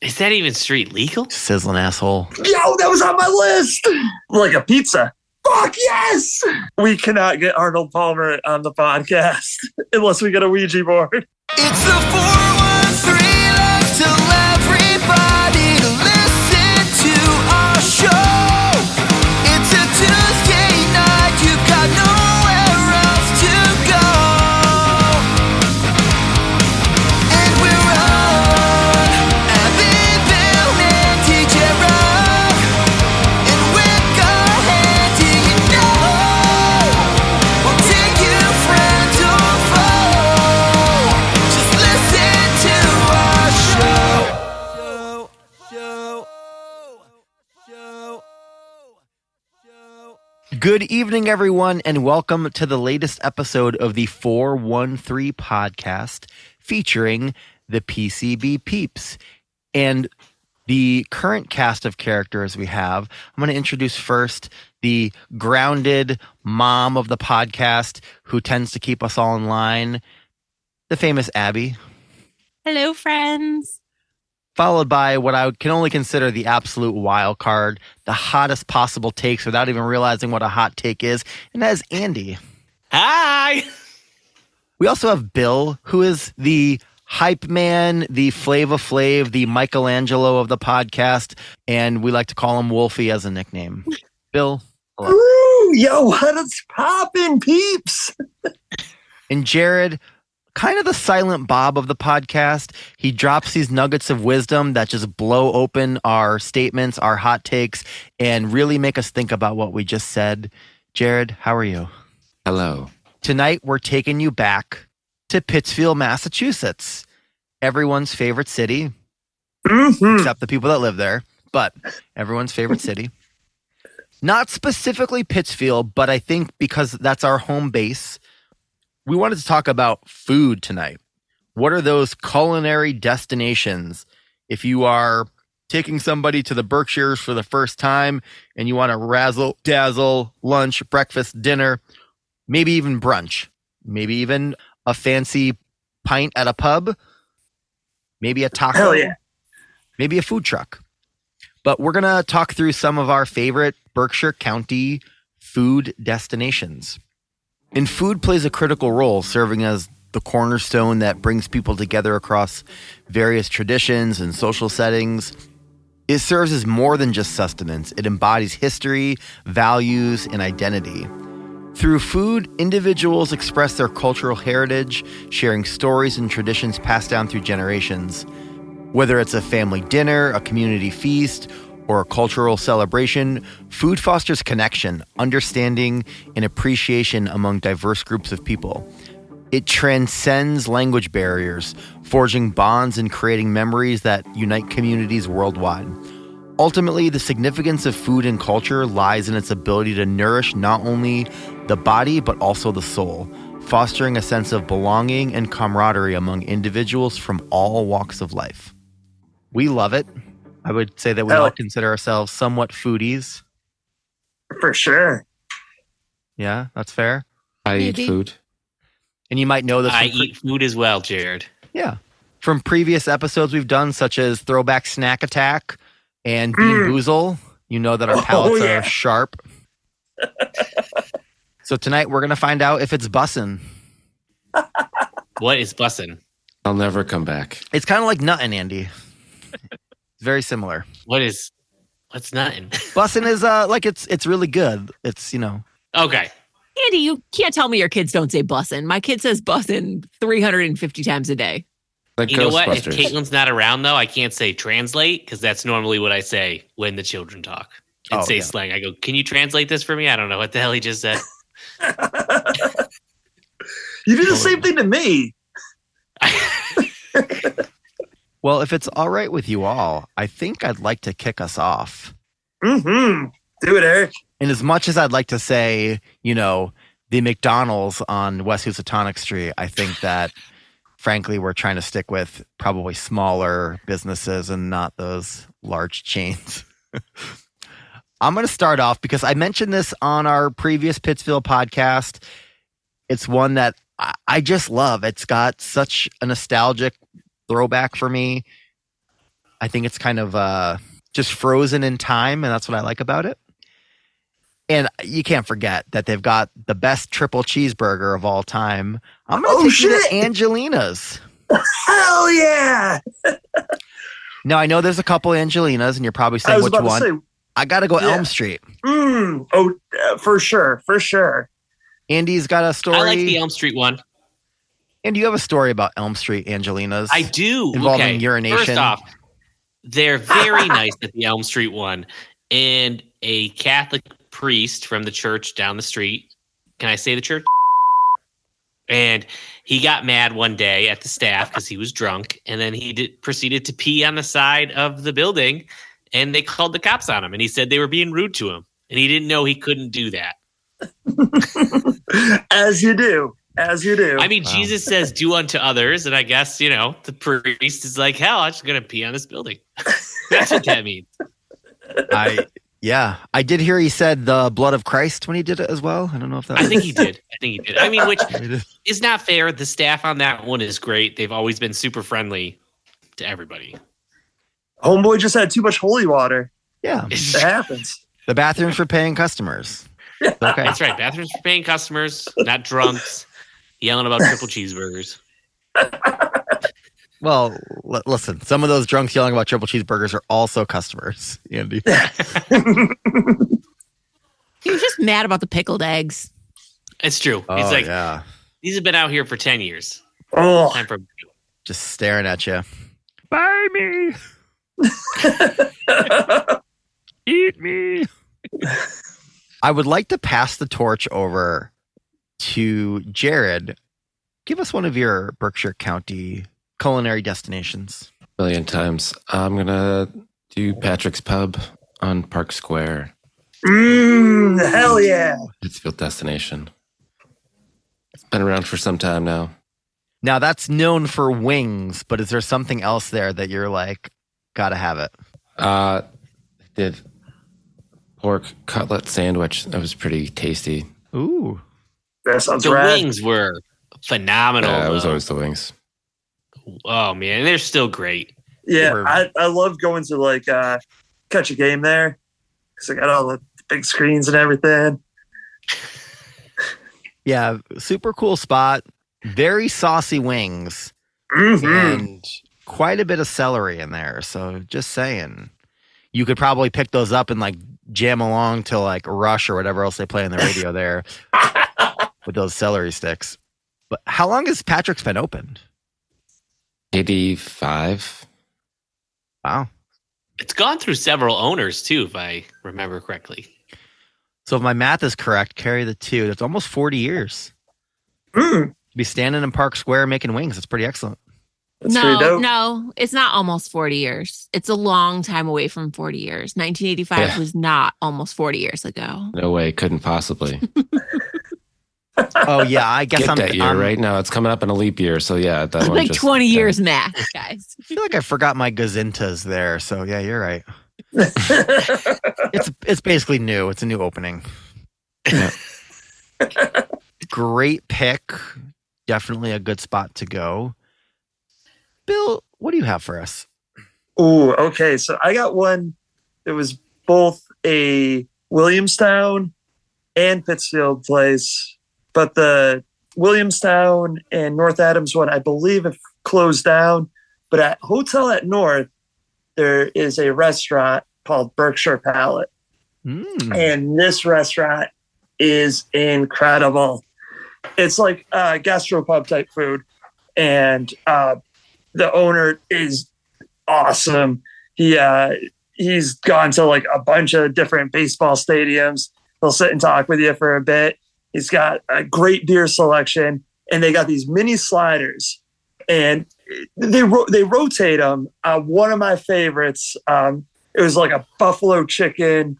Is that even street legal? Sizzling asshole. Yo, that was on my list. Like a pizza. Fuck yes! We cannot get Arnold Palmer on the podcast unless we get a Ouija board. It's the 413 love to everybody to listen to our show. It's a Tuesday night, you've got nowhere else to go. And we're on Abby, Bill, and DJ Rock. And we're going, do you know? We'll take you friends or foe. Just listen to our show. Show, show, show. Good evening, everyone, and welcome to the latest episode of the 413 podcast featuring the PCB peeps. And the current cast of characters we have, I'm going to introduce first the grounded mom of the podcast who tends to keep us all in line, the famous Abby, Hello, friends. followed by what I can only consider the absolute wild card, the hottest possible takes without even realizing what a hot take is, and that is Andy. Hi. We also have Bill, who is the hype man, the Flava Flav, the Michelangelo of the podcast, and we like to call him Wolfie as a nickname. Bill Hello. Ooh, yo, what is poppin', peeps? and Jared, kind of the silent Bob of the podcast. He drops these nuggets of wisdom that just blow open our statements, our hot takes, and really make us think about what we just said. Jared, how are you? Hello. Tonight, we're taking you back to Pittsfield, Massachusetts, everyone's favorite city, Mm-hmm. except the people that live there, but everyone's favorite city. Not specifically Pittsfield, but I think because that's our home base, we wanted to talk about food tonight. What are those culinary destinations? If you are taking somebody to the Berkshires for the first time and you want to razzle dazzle lunch, breakfast, dinner, maybe even brunch, maybe even a fancy pint at a pub, maybe a taco Hell yeah. maybe a food truck. But we're going to talk through some of our favorite Berkshire County food destinations. And food plays a critical role, serving as the cornerstone that brings people together across various traditions and social settings. It serves as more than just sustenance, it embodies history, values, and identity. Through food, individuals express their cultural heritage, sharing stories and traditions passed down through generations. Whether it's a family dinner, a community feast, or a cultural celebration, food fosters connection, understanding, and appreciation among diverse groups of people. It transcends language barriers, forging bonds and creating memories that unite communities worldwide. Ultimately, the significance of food and culture lies in its ability to nourish not only the body but also the soul, fostering a sense of belonging and camaraderie among individuals from all walks of life. We love it. I would say that we Oh. all consider ourselves somewhat foodies. For sure. Yeah, that's fair. I Maybe. eat food. And you might know this. I from pre- eat food as well, Jared. yeah, from previous episodes we've done, such as Throwback Snack Attack and Bean Mm. Boozle. You know that our Oh, palates yeah. are sharp. so tonight we're gonna find out if it's bussin'. What is bussin'? I'll never come back. It's kind of like nuttin', Andy. It's very similar. What is what's nothing? Bussin' is uh like it's it's really good. It's you know okay. Andy, you can't tell me your kids don't say bussin'. My kid says bussin' 350 times a day. Like You know what? If Ghostbusters. Caitlin's not around though, I can't say translate because that's normally what I say when the children talk and Oh, say yeah. slang. I go, Can you translate this for me? I don't know what the hell he just said. you do the same thing to me. well if it's all right with you all, I think I'd like to kick us off. Mm-hmm. Do it, Eric. And as much as I'd like to say, you know, the McDonald's on West Housatonic Street, I think that frankly we're trying to stick with probably smaller businesses and not those large chains. I'm going to start off because I mentioned this on our previous Pittsfield podcast. It's one that I- I just love. It's got such a nostalgic throwback for me. I think it's kind of uh, just frozen in time, and that's what I like about it. And you can't forget that they've got the best triple cheeseburger of all time. I'm gonna Oh, take you to shit. Angelina's. Hell yeah! Now I know there's a couple Angelinas, and you're probably I saying was which about one. to say, I gotta go Yeah. Elm Street. mm, oh, uh, for sure, for sure. Andy's got a story. I like the Elm Street one. Andy, you have a story about Elm Street Angelinas. I do Involving okay. urination. First off, they're very nice at the Elm Street one, and a Catholic priest from the church down the street. Can I say the church? And he got mad one day at the staff because he was drunk, and then he did, proceeded to pee on the side of the building, and they called the cops on him, and he said they were being rude to him, and he didn't know he couldn't do that. As you do, as you do. I mean, Wow. Jesus says, "Do unto others," and I guess you know the priest is like, "Hell, I'm just gonna pee on this building." That's what that means. I yeah, I did hear he said the blood of Christ when he did it as well. I don't know if that. I think he did. I think he did. I mean, which It is- is not fair. The staff on that one is great. They've always been super friendly to everybody. Homeboy just had too much holy water. yeah, It happens. the bathrooms for paying customers. It's Okay, That's right. Bathrooms for paying customers, not drunks, yelling about triple cheeseburgers. well, l- listen, some of those drunks yelling about triple cheeseburgers are also customers. Andy, He was just mad about the pickled eggs. It's true. He's oh like, yeah, these have been out here for ten years. Oh, Time for just staring at you. Buy me, eat me. I would like to pass the torch over to Jared. Give us one of your Berkshire County culinary destinations. million times. I'm gonna do Patrick's Pub on Park Square, mm, hell yeah! Pittsfield destination. It's been around for some time now. Now that's known for wings, but is there something else there that you're like, gotta have it? Uh, did pork cutlet sandwich. That was pretty tasty. Ooh. That sounds the rad. wings were phenomenal. Yeah, Uh, it was though. always the wings. oh man, they're still great. Yeah, Or- I, I love going to like uh, catch a game there because I got all the big screens and everything. Yeah, super cool spot. Very saucy wings hmm and quite a bit of celery in there. So just saying. You could probably pick those up and like jam along to like Rush or whatever else they play on the radio there with those celery sticks. But how long has Patrick's been opened? Eighty-five. Wow. It's gone through several owners too, if I remember correctly. So if my math is correct, carry the two. That's almost 40 years. Mm, To be standing in Park Square making wings. That's pretty excellent. that's pretty no, dope. no, it's not almost 40 years. It's a long time away from 40 years. 1985 Yeah. was not almost 40 years ago. No way. Couldn't possibly. Oh yeah, I guess Get I'm, that year I'm- right now. It's coming up in a leap year. So yeah, that one like just- 20 yeah. years max, guys. I feel like I forgot my gazintas there. So yeah, you're right. Mm. It's it's basically new. It's a new opening. Yeah. Great pick. Definitely a good spot to go. Bill, what do you have for us? Ooh, okay. So I got one that was both a Williamstown and Pittsfield place, but the Williamstown and North Adams one, I believe, have closed down. But at Hotel at North, there is a restaurant called Berkshire Palate. Mm. and this restaurant is incredible. It's like uh, gastropub type food, and uh, the owner is awesome. He uh, he's gone to like a bunch of different baseball stadiums. He'll sit and talk with you for a bit. He's got a great beer selection, and they got these mini sliders, and they ro- they rotate them. Uh, one of my favorites. Um, it was like a buffalo chicken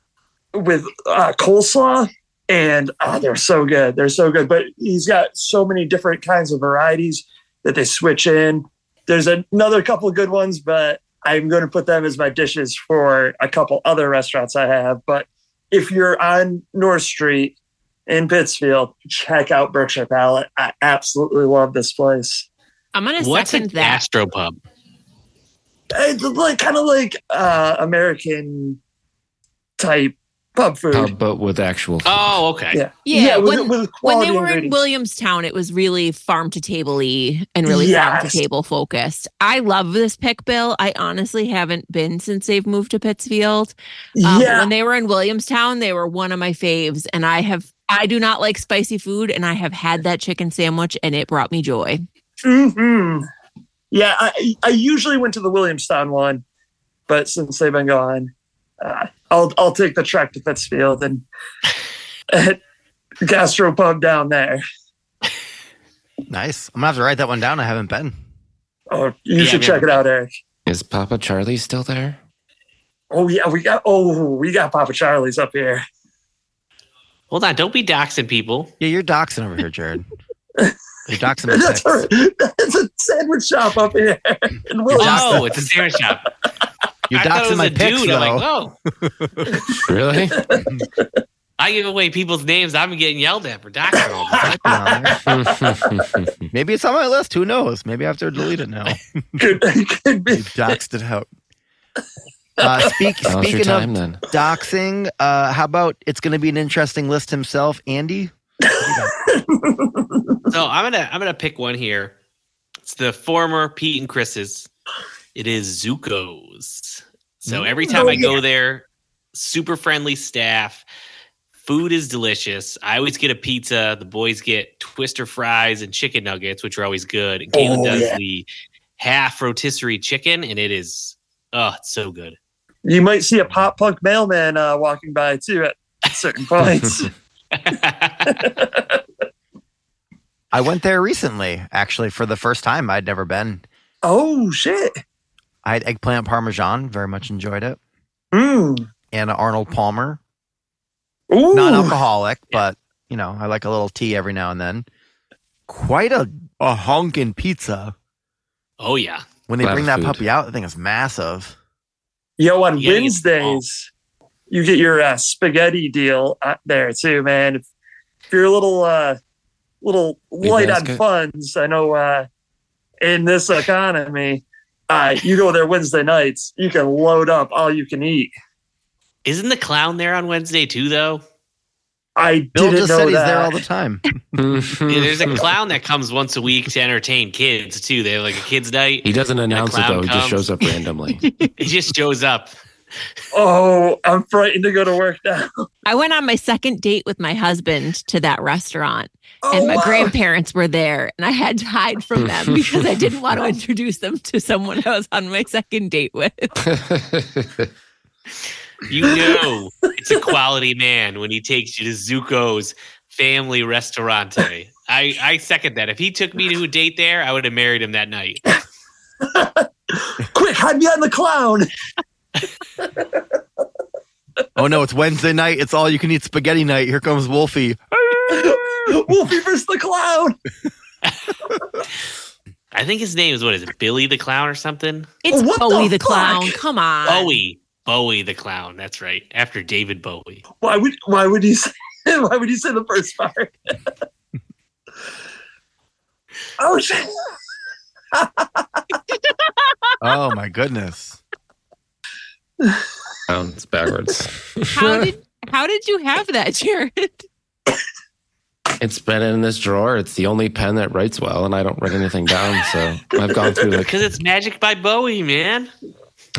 with uh, coleslaw, and oh, they're so good. They're so good. But he's got so many different kinds of varieties that they switch in. There's another couple of good ones, but I'm going to put them as my dishes for a couple other restaurants I have. But if you're on North Street in Pittsfield, check out Berkshire Palette. I absolutely love this place. I'm going to What's a second that. gastropub? It's like kind of like uh, American type pub food. Pub, but with actual. food. Oh, okay. Yeah. Yeah, with, when- with when quality they were in ingredients. Williamstown, it was really farm to table y and really farm Yes. to table focused. I love this pick, Bill. I honestly haven't been since they've moved to Pittsfield. Um, yeah, When they were in Williamstown, they were one of my faves. And I have, I do not like spicy food. And I have had that chicken sandwich and it brought me joy. hmm Yeah, I, I usually went to the Williamstown one, but since they've been gone, uh, I'll I'll take the trek to Pittsfield and at gastropub down there. Nice. I'm gonna have to write that one down. I haven't been. Oh, you Yeah, should yeah. check it out, Eric. Is Papa Charlie still there? Oh yeah, we got oh we got Papa Charlie's up here. Hold on. Don't be doxing people. Yeah, you're doxing over here, Jared. you're doxing my That's, text. our, that's a sandwich shop up here in Williamstown. Oh, it's a sandwich shop. You're I thought it doxing was a my pics, dude. I'm though. like, whoa. Really? I give away people's names. I'm getting yelled at for doxing. all of them. No. Maybe it's on my list. Who knows? Maybe I have to delete it now. Could, could you be. doxed it out. Uh, speak, Now's your speaking of time then. doxing, uh, how about it's going to be an interesting list himself, Andy? so I'm gonna I'm gonna pick one here. It's the former Pete and Chris's. It is Zuko's. So Mm. every time I Oh, go there, super friendly staff. Food is delicious. I always get a pizza. The boys get twister fries and chicken nuggets, which are always good. And Caitlin Oh, does yeah. the half rotisserie chicken, and it is oh, it's so good. You might see a pop punk mailman uh, walking by too at certain points. I went there recently, actually, for the first time. I'd never been. oh shit! I had eggplant parmesan, very much enjoyed it, Mm. and an Arnold Palmer, Ooh. non-alcoholic, but you know, I like a little tea every now and then. Quite a a honkin' pizza. oh yeah. When they Lot bring of that food. puppy out, the thing is massive. Yo, Yeah, on you get Wednesdays, you get your uh, spaghetti deal out there too, man. If, if you're a little uh, little Big light on basket. funds, I know uh, in this economy, uh, you go there Wednesday nights, you can load up all you can eat. Isn't the clown there on Wednesday too, though? I Bill didn't just know said he's that. there all the time. Yeah, there's Mm. a clown that comes once a week to entertain kids too. They have like a kids' night. he doesn't announce it clown though. He just comes. shows up randomly. He just shows up. oh, I'm frightened to go to work now. I went on my second date with my husband to that restaurant, Oh, and my wow. grandparents were there, and I had to hide from them because I didn't want to introduce them to someone I was on my second date with. You know it's a quality man when he takes you to Zuko's family restaurante. I, I second that. If he took me to a date there, I would have married him that night. Quick, hide behind the clown. oh no, it's Wednesday night. It's all you can eat spaghetti night. Here comes Wolfie. Wolfie versus the clown. I think his name is what is it, Billy the Clown or something? It's What the Bowie Oh, the, fuck? clown. Come on. Bowie. Bowie the Clown. That's right. After David Bowie. Why would why would you say why would you say the first part? oh shit. Oh my goodness. Sounds backwards. How did how did you have that, Jared? It's been in this drawer. It's the only pen that writes well, and I don't write anything down. So I've gone through like Because it's magic by Bowie, man.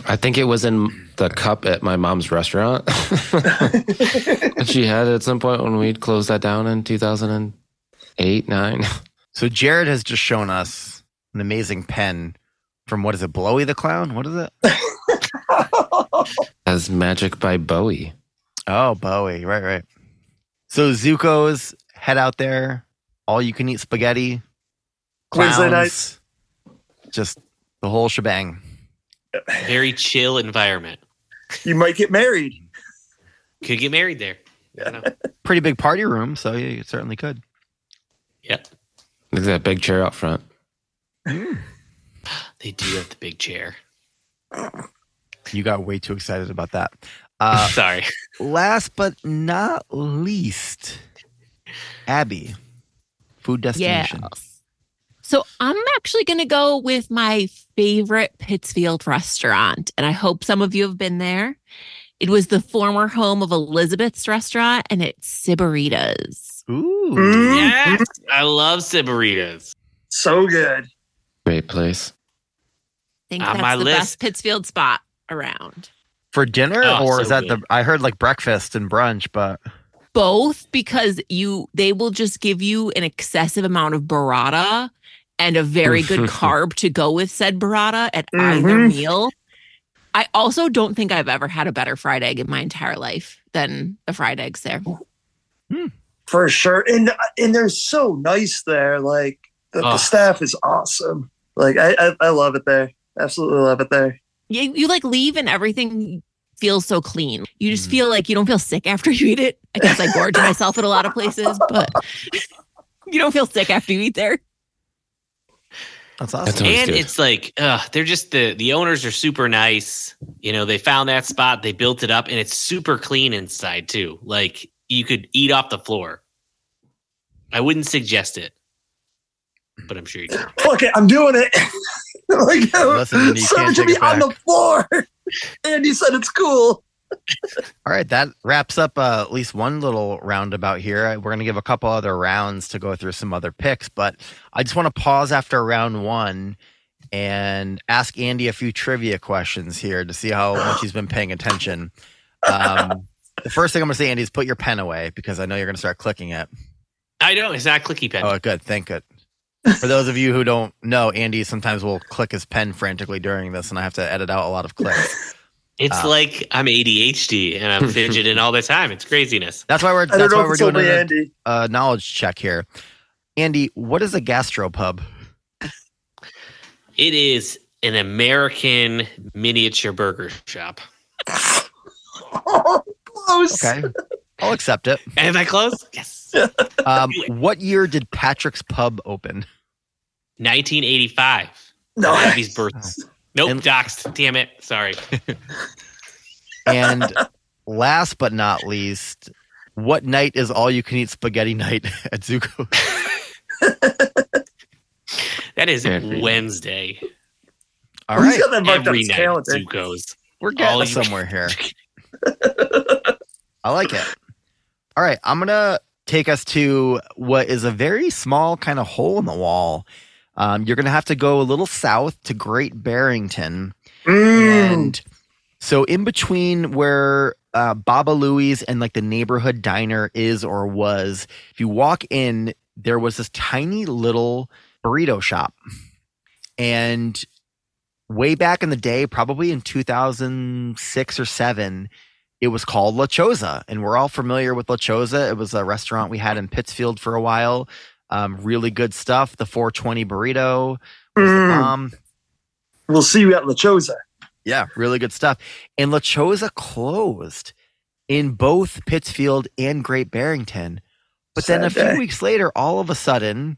I think it was in the cup at my mom's restaurant. and she had it at some point when we closed that down in 2008, 9. So Jared has just shown us an amazing pen from what is it, Blowy the Clown? What is it? As Magic by Bowie. Oh, Bowie. Right, right. So Zuko's head out there, all you can eat spaghetti, clowns, Wednesday nights. just the whole shebang. Very chill environment. You might get married. Could get married there. I don't know. Pretty big party room, so yeah, you certainly could. Yep. Look at that big chair out front. They do have the big chair. You got way too excited about that. Uh, Sorry. last but not least, Abby, food Yeah. destination. So I'm actually going to go with my favorite Pittsfield restaurant. And I hope some of you have been there. It was the former home of Elizabeth's restaurant and it's Siberitas. Ooh. Mm. Yes, I love Siberitas. So good. Great place. I think On that's my the list. best Pittsfield spot around. For dinner, Oh, or so is that good. the? I heard like breakfast and brunch, but Both because you they will just give you an excessive amount of burrata and a very good carb to go with said burrata at either Mhm. meal. I also don't think I've ever had a better fried egg in my entire life than the fried eggs there. For sure. And and they're so nice there. Like the, the Ugh. staff is awesome. Like I, I I love it there. Absolutely love it there. you, you like leave and everything feels so clean. You just Mhm. feel like you don't feel sick after you eat it. I guess I gorge myself at a lot of places, but you don't feel sick after you eat there. that's That's awesome. always and good. it's like uh, they're just the the owners are super nice you know they found that spot they built it up and it's super clean inside too like you could eat off the floor i wouldn't suggest it but i'm sure you can Fuck it, I'm doing it. like Listen, you serve can't it take to me it on back. the floor. and you said it's cool. All right, that wraps up uh, at least one little roundabout here. We're going to give a couple other rounds to go through some other picks, but I just want to pause after round one and ask Andy a few trivia questions here to see how much he's been paying attention. Um, the first thing I'm going to say, Andy, is put your pen away because I know you're going to start clicking it. i know it's not clicky pen Oh, good. Thank good. For those of you who don't know, Andy sometimes will click his pen frantically during this, and I have to edit out a lot of clicks. it's ah. like i'm adhd and i'm fidgeting all the time it's craziness That's why we're I that's don't why know if we're it's doing only a, Andy. a uh, knowledge check here. Andy, what is a gastropub? it is an american miniature burger shop Oh, close. Okay, I'll accept it. am i close yes Um, what year did Patrick's Pub open? 1985 No, Abby's birth nope And- doxed damn it sorry And last but not least, what night is all you can eat spaghetti night at Zuko? that is Every- wednesday All right, he's got that marked up every his night calendar. Zuko's. we're All getting you can- somewhere here. I like it. All right, I'm gonna take us to what is a very small kind of hole in the wall. Um, you're gonna have to go a little south to Great Barrington, Mm. and so in between where uh, Baba Louie's and like the neighborhood diner is or was, if you walk in, there was this tiny little burrito shop, and way back in the day, probably in 2006 or seven, it was called La Choza. And we're all familiar with La Choza. It was a restaurant we had in Pittsfield for a while. Um, really good stuff. The 420 burrito was the Mm. bomb. We'll see you at La Choza. Yeah, really good stuff. And La Choza closed in both Pittsfield and Great Barrington. But then a Sad day. few weeks later, all of a sudden,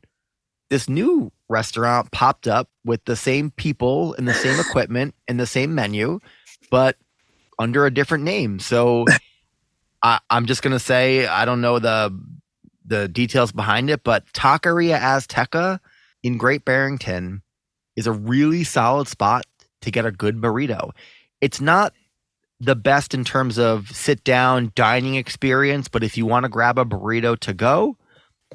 this new restaurant popped up with the same people and the same equipment and the same menu, but under a different name. So I, I'm just gonna say I don't know the the details behind it, but Taqueria Azteca in Great Barrington is a really solid spot to get a good burrito. It's not the best in terms of sit down dining experience, but if you want to grab a burrito to go,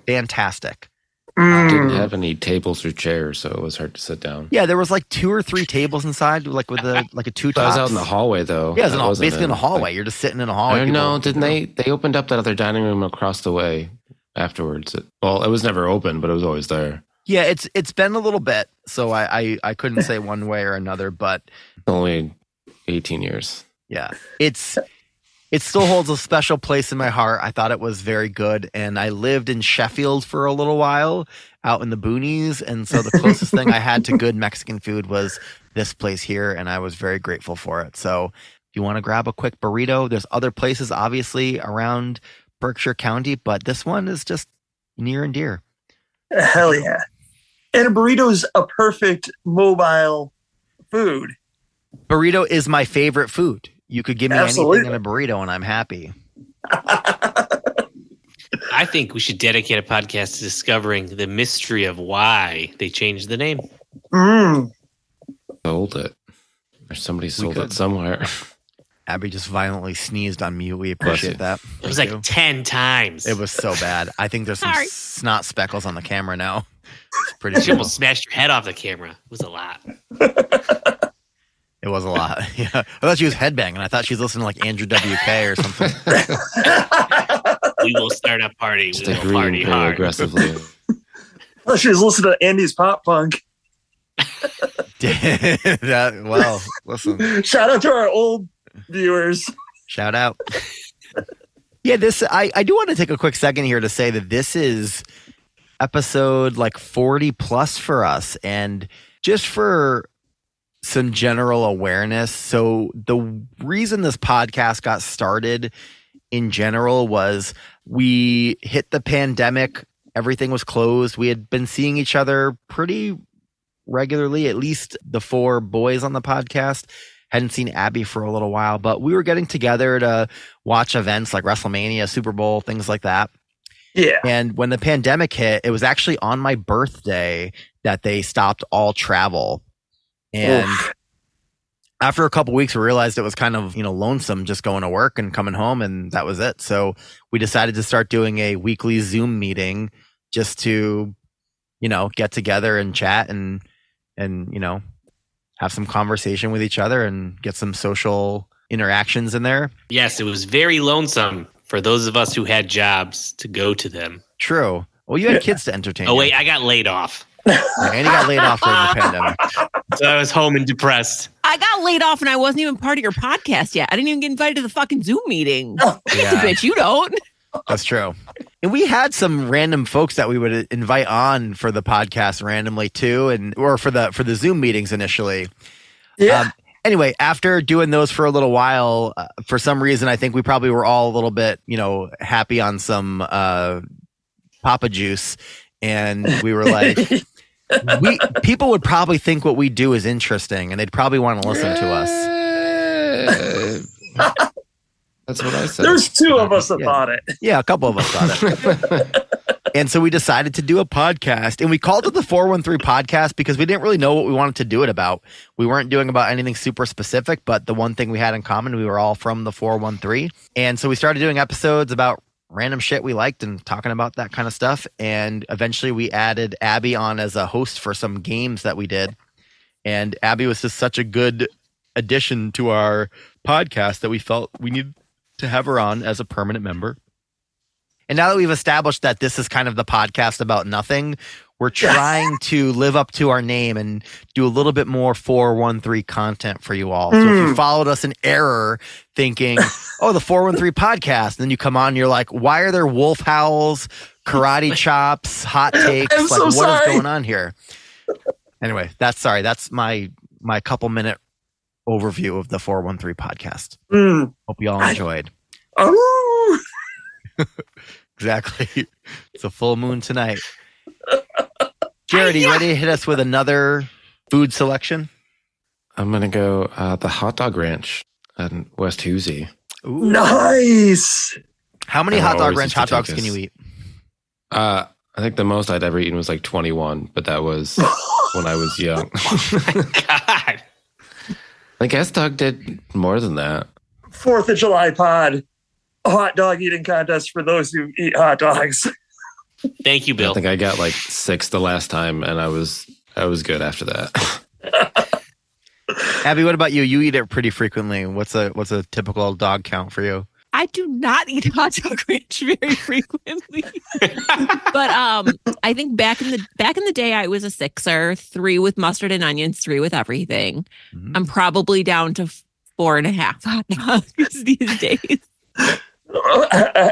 fantastic. Didn't Hmm. Mm. have any tables or chairs, so it was hard to sit down. Yeah, there was like two or three tables inside, like with a like a two I tops. was out in the hallway though. Yeah, it was in That a- wasn't basically in a hallway. like- You're just sitting in a I hallway. don't know. people- Didn't they? They opened up that other dining room across the way afterwards. It- well, it was never open, but it was always there. Yeah, it's it's been a little bit, so I I, I couldn't say one way or another, but Only 18 years. Yeah. It's it still holds a special place in my heart. I thought it was very good and I lived in Sheffield for a little while out in the boonies and so the closest thing I had to good Mexican food was this place here and I was very grateful for it. So if you want to grab a quick burrito, there's other places obviously around Berkshire County, but this one is just near and dear. Hell yeah. And a burrito is a perfect mobile food. Burrito is my favorite food. You could give me Absolutely. anything in a burrito and I'm happy. I I think we should dedicate a podcast to discovering the mystery of why they changed the name. Mm. Sold it. Or somebody sold it could. somewhere. Abby just violently sneezed on me. We appreciate that. It was Thank like you. 10 times. It was so bad. I think there's some Sorry. snot speckles on the camera now. It's pretty. She cool. almost smashed her head off the camera. It was a lot. It was a lot. Yeah, I thought she was headbanging. I thought she was listening to like Andrew WK or something. We will start a party. Just we will party agreeing very hard. aggressively. Oh, she was listening to Andy's pop punk. that, well, listen. Shout out to our old viewers. Shout out. yeah, this I I do want to take a quick second here to say that this is episode like 40 plus for us and just for some general awareness. So the reason this podcast got started in general was we hit the pandemic, everything was closed. We had been seeing each other pretty regularly, at least the four boys on the podcast hadn't seen Abby for a little while, but we were getting together to watch events like WrestleMania, Super Bowl, things like that. Yeah. And when the pandemic hit, it was actually on my birthday that they stopped all travel. And Oof. after a couple weeks, we realized it was kind of, you know, lonesome just going to work and coming home and that was it. So we decided to start doing a weekly Zoom meeting just to, you know, get together and chat and, and, you know, have some conversation with each other and get some social interactions in there. Yes, it was very lonesome for those of us who had jobs to go to them. True. Well, you had Yeah. kids to entertain. Oh, wait, I got laid off. And you got laid off during the pandemic. So I was home and depressed. I got laid off and I wasn't even part of your podcast yet. I didn't even get invited to the fucking Zoom meeting. Yeah. Bitch, you don't. That's true. And we had some random folks that we would invite on for the podcast randomly too, and or for the for the Zoom meetings initially. Yeah. Um, anyway, after doing those for a little while, uh, for some reason, I think we probably were all a little bit, you know, happy on some uh, Papa Juice, and we were like, we people would probably think what we do is interesting, and they'd probably want to listen to us. us. That's what I said. There's two of us that um, Yeah. bought it. Yeah, a couple of us thought it. And so we decided to do a podcast and we called it the 413 podcast because we didn't really know what we wanted to do it about. We weren't doing about anything super specific, but the one thing we had in common, we were all from the 413. And so we started doing episodes about random shit we liked and talking about that kind of stuff. And eventually we added Abby on as a host for some games that we did. And Abby was just such a good addition to our podcast that we felt we needed to have her on as a permanent member. And now that we've established that this is kind of the podcast about nothing, we're trying to live up to our name and do a little bit more 413 content for you all. So if you Mm. followed us in error thinking, oh, the 413 podcast, and then you come on, you're like, why are there wolf howls, karate chops, hot takes? I'm like, so what is sorry. going on here? Anyway, that's sorry. That's my my couple minute overview of the 413 podcast. Mm. Hope you all I- enjoyed. Oh, Exactly. It's a full moon tonight. Jared, you ready to hit us with another food selection? I'm gonna go uh, the hot dog ranch in West Hoosie. Ooh. nice. How many I hot dog always ranch used to hot dogs take can this. you eat? Uh, I think the most I'd ever eaten was like 21, but that was when I was young. God. like S Dog did more than that. Fourth of July pod hot dog eating contest for those who eat hot dogs. Thank you, I Bill. think I got like six the last time, and I was I was good after that. Abby, what about you? You eat it pretty frequently. What's a what's a typical dog count for you? I do not eat hot dog ranch very frequently. but um I think back in the back in the day I was a sixer, three with mustard and onions, three with everything. Mhm. I'm probably down to four and a half hot dogs these days.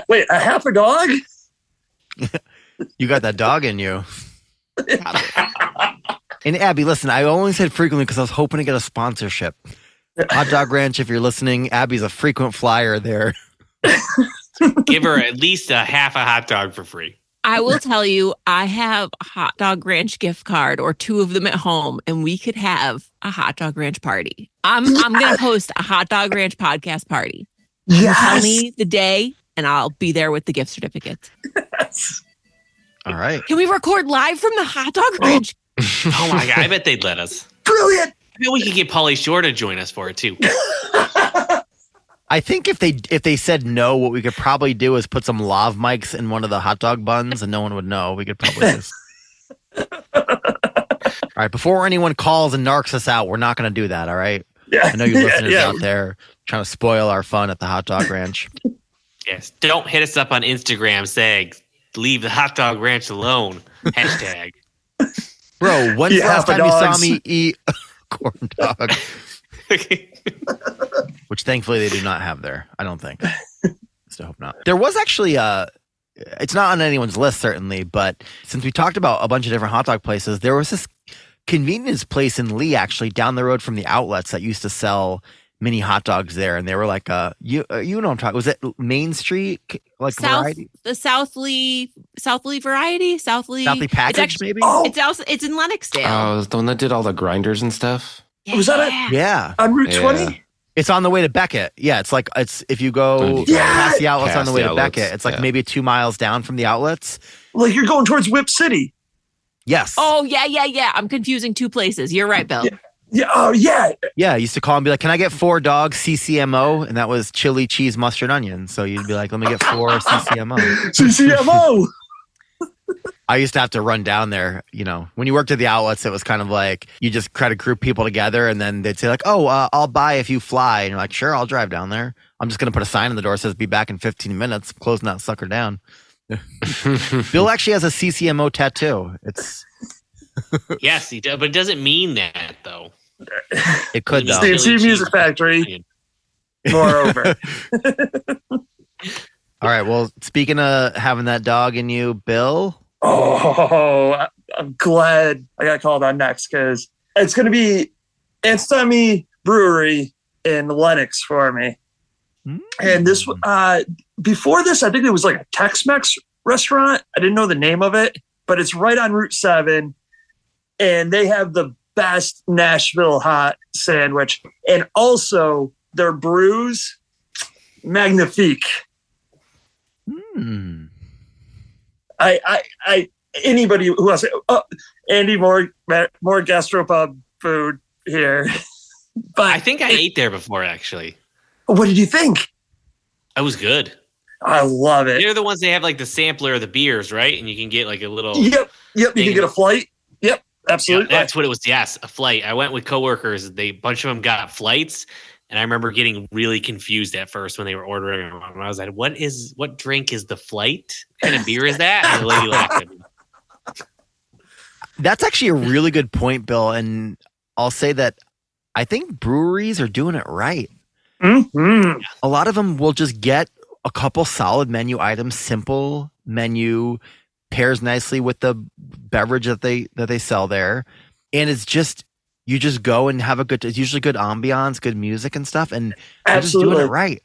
Wait, a half a dog? You got that dog in you. and Abby, listen, I only said frequently because I was hoping to get a sponsorship. Hot Dog Ranch, if you're listening, Abby's a frequent flyer there. Give her at least a half a hot dog for free. I will tell you, I have a hot dog ranch gift card or two of them at home, and we could have a hot dog ranch party. I'm I'm gonna host a hot dog ranch podcast party. Yes. Tell me the day, and I'll be there with the gift certificates. All right. Can we record live from the hot dog ranch? Oh my god, I bet they'd let us. Brilliant. I bet we could get Polly Shore to join us for it too. I think if they if they said no, what we could probably do is put some lav mics in one of the hot dog buns, and no one would know. We could probably just. all right. Before anyone calls and narcs us out, we're not going to do that. All right. Yeah. I know you yeah, listeners yeah. out there trying to spoil our fun at the hot dog ranch. Yes. Don't hit us up on Instagram saying leave the hot dog ranch alone. Hashtag. Bro, when's Yeah, the last hot time you saw dogs. me eat a corn dog? Which thankfully they do not have there. I don't think. so hope not. There was actually a. It's not on anyone's list certainly, but since we talked about a bunch of different hot dog places, there was this convenience place in Lee actually down the road from the outlets that used to sell mini hot dogs there, and they were like, uh, you uh, you know what I'm talking. Was it Main Street like South variety? the Southley Southley variety Southley Southley package actually- maybe? Oh, It's also it's in Lenoxdale. Oh, the one that did all the grinders and stuff. was that it? Yeah, Yeah. on Route Yeah. 20? it's on the way to Beckett. Yeah, it's like it's if you go Yeah. past the outlets on Past the way the to outlets, Beckett, it's like yeah. maybe two miles down from the outlets. Like you're going towards Whip City. Yes. Oh yeah, yeah, yeah. I'm confusing two places. You're right, Bill. Yeah. Oh, yeah. Yeah, I used to call and be like, "Can I get four dogs CCMO?" And that was chili, cheese, mustard, onion. So you'd be like, "Let me get four CCMO." CCMO. I used to have to run down there. You know, when you worked at the outlets, it was kind of like you just try to group people together, and then they'd say like, "Oh, uh, I'll buy if you fly," and you're like, "Sure, I'll drive down there. I'm just gonna put a sign in the door that says be back in 15 minutes. Closing that sucker down." Bill actually has a CCMO tattoo. It's yes, he does, but it doesn't mean that though. it could No. though. Steve. CNC Music Factory. Moreover. All right. Well, speaking of having that dog in you, Bill. Oh, I- I'm glad I got called on next because it's going to be Anstemi Brewery in Lenox for me. And this, uh, before this, I think it was like a Tex Mex restaurant. I didn't know the name of it, but it's right on Route 7. And they have the best Nashville hot sandwich. And also their brews, magnifique. Hmm. I, I, I, anybody who has oh, Andy more, more gastropub food here. I but think I ate there before actually. what did you think? I was good. I love it. They're the ones they have like the sampler of the beers, right? And you can get like a little. Yep, yep. You Dang can get a it. flight. Yep, Yeah, absolutely. that's what it was. Yes, a flight. I went with coworkers. They a bunch of them got flights, and I remember getting really confused at first when they were ordering them. And I was like, "What is what drink is the flight? What kind of beer is that?" And the lady laughed at me. That's actually a really good point, Bill. And I'll say that I think breweries are doing it right. Mhm. A lot of them will just get a couple solid menu items, simple menu pairs nicely with the beverage that they that they sell there, and it's just you just go and have a good. It's usually good ambiance, good music and stuff, and they're just doing Absolutely. it right.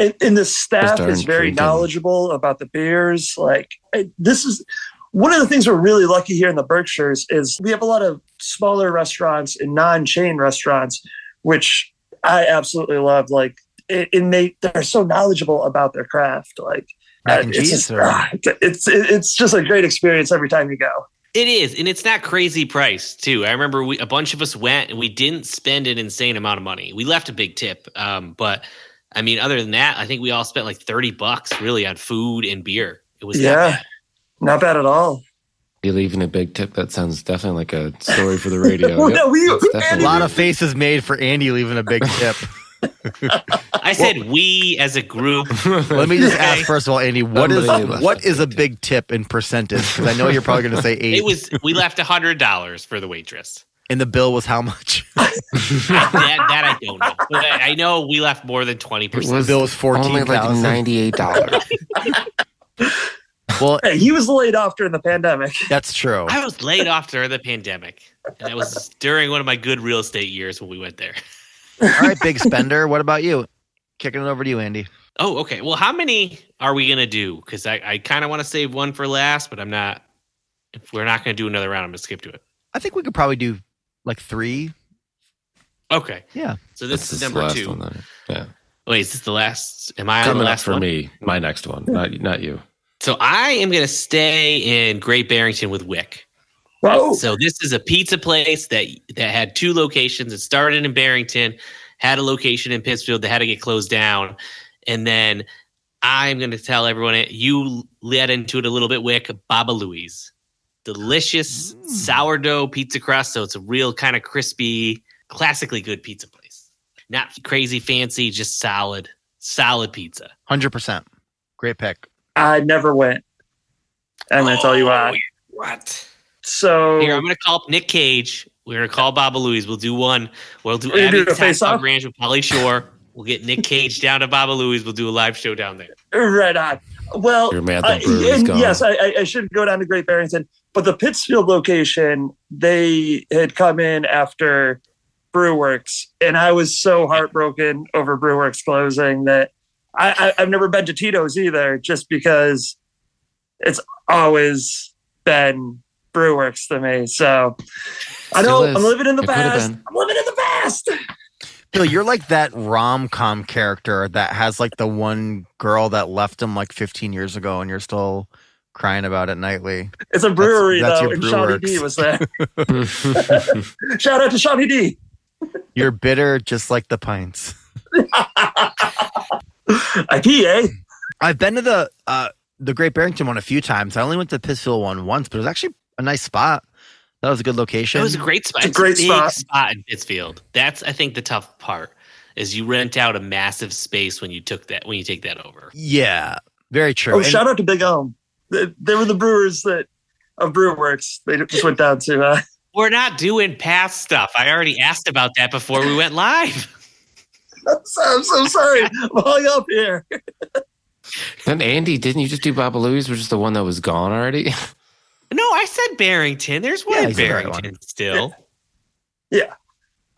and, and the staff darn is very drinking. knowledgeable about the beers. Like I- this is one of the things we're really lucky here in the Berkshires is we have a lot of smaller restaurants and non-chain restaurants, which I absolutely love. Like a- and they they're so knowledgeable about their craft. Like Mac uh, and it's cheese just, or- ah, it's it's just a great experience every time you go. It is, and it's not crazy price too. I remember we a bunch of us went, and we didn't spend an insane amount of money. We left a big tip, um, but I mean, other than that, I think we all spent like thirty bucks really on food and beer. It was not Yeah. bad. Not bad at all. You're leaving a big tip. That sounds definitely like a story for the radio. Well, no, we- that's A definitely- lot of faces made for Andy leaving a big tip. I said we as a group. Let me just ask Okay. first of all, Andy, what is Unbelievable. what is a big tip in percentage? Because I know you're probably going to say eight. It was we left a hundred dollars for the waitress. and the bill was how much? that, that I don't know. But I I know we left more than twenty It percent. was the bill was only fourteen like thousand. ninety-eight dollars. well, Hey, he was laid off during the pandemic. that's true. I was laid off during the pandemic. And that was during one of my good real estate years when we went there. All right, big spender. What about you? Kicking it over to you, Andy. Oh, okay. Well, how many are we gonna do? Because I, I kind of want to save one for last, but I'm not. If we're not gonna do another round, I'm gonna skip to it. I think we could probably do like three. Okay. Yeah. So this is number two. One, then. yeah. Wait, is this the last? Am I on the Coming up last for one? me, my next one, not not you. So I am going to stay in Great Barrington with Wick. Whoa. So this is a pizza place that that had two locations. It started in Barrington, had a location in Pittsfield that had to get closed down, and then I'm going to tell everyone it. You led into it a little bit, Wick. Baba Louie's, delicious sourdough pizza crust. So it's a real kind of crispy, classically good pizza place. Not crazy fancy, just solid, solid pizza. Hundred percent. Great pick. I never went. I'm going to tell you why. What? So Oh, Here, I'm gonna call up Nick Cage. We're gonna call Baba Louise. We'll do one. We'll do We're gonna do Abby a face-off? Top Ranch with Polly Shore. We'll get Nick Cage down to Baba Louise. We'll do a live show down there. right on. Well, You're mad I- the brewery's Uh, and gone. yes, I, I- I should go down to Great Barrington, but the Pittsfield location they had come in after Brewworks, and I was so heartbroken over Brewworks closing that I, I, I've never been to Tito's either, just because it's always been Brewworks to me. So I Still know is. I'm living in the It could've past. been. I'm living in the past. Bill, you're like that rom com character that has like the one girl that left him like 15 years ago, and you're still crying about it nightly. It's a brewery that's though, your and Shawnee Brewworks. D was there. Shout out to Shawnee D. You're bitter, just like the pints. IPA. I've been to the uh, the Great Barrington one a few times. I only went to the Pittsfield one once, but it was actually a nice spot. That was a good location. That was a great spot. It's a great big spot. in Pittsfield. That's I think the tough part is you rent out a massive space when you took that when you take that over. yeah, very true. Oh, And- shout out to Big Elm. They, they were the brewers that of Brewworks. They just went down to. Uh, We're not doing past stuff. I already asked about that before we went live. I'm, so, I'm so sorry. I'm hung up here. Then Andy, didn't you just do Baba Louie's, which is the one that was gone already? No, I said Barrington. There's one Yeah, in he's the right one. Barrington still. I,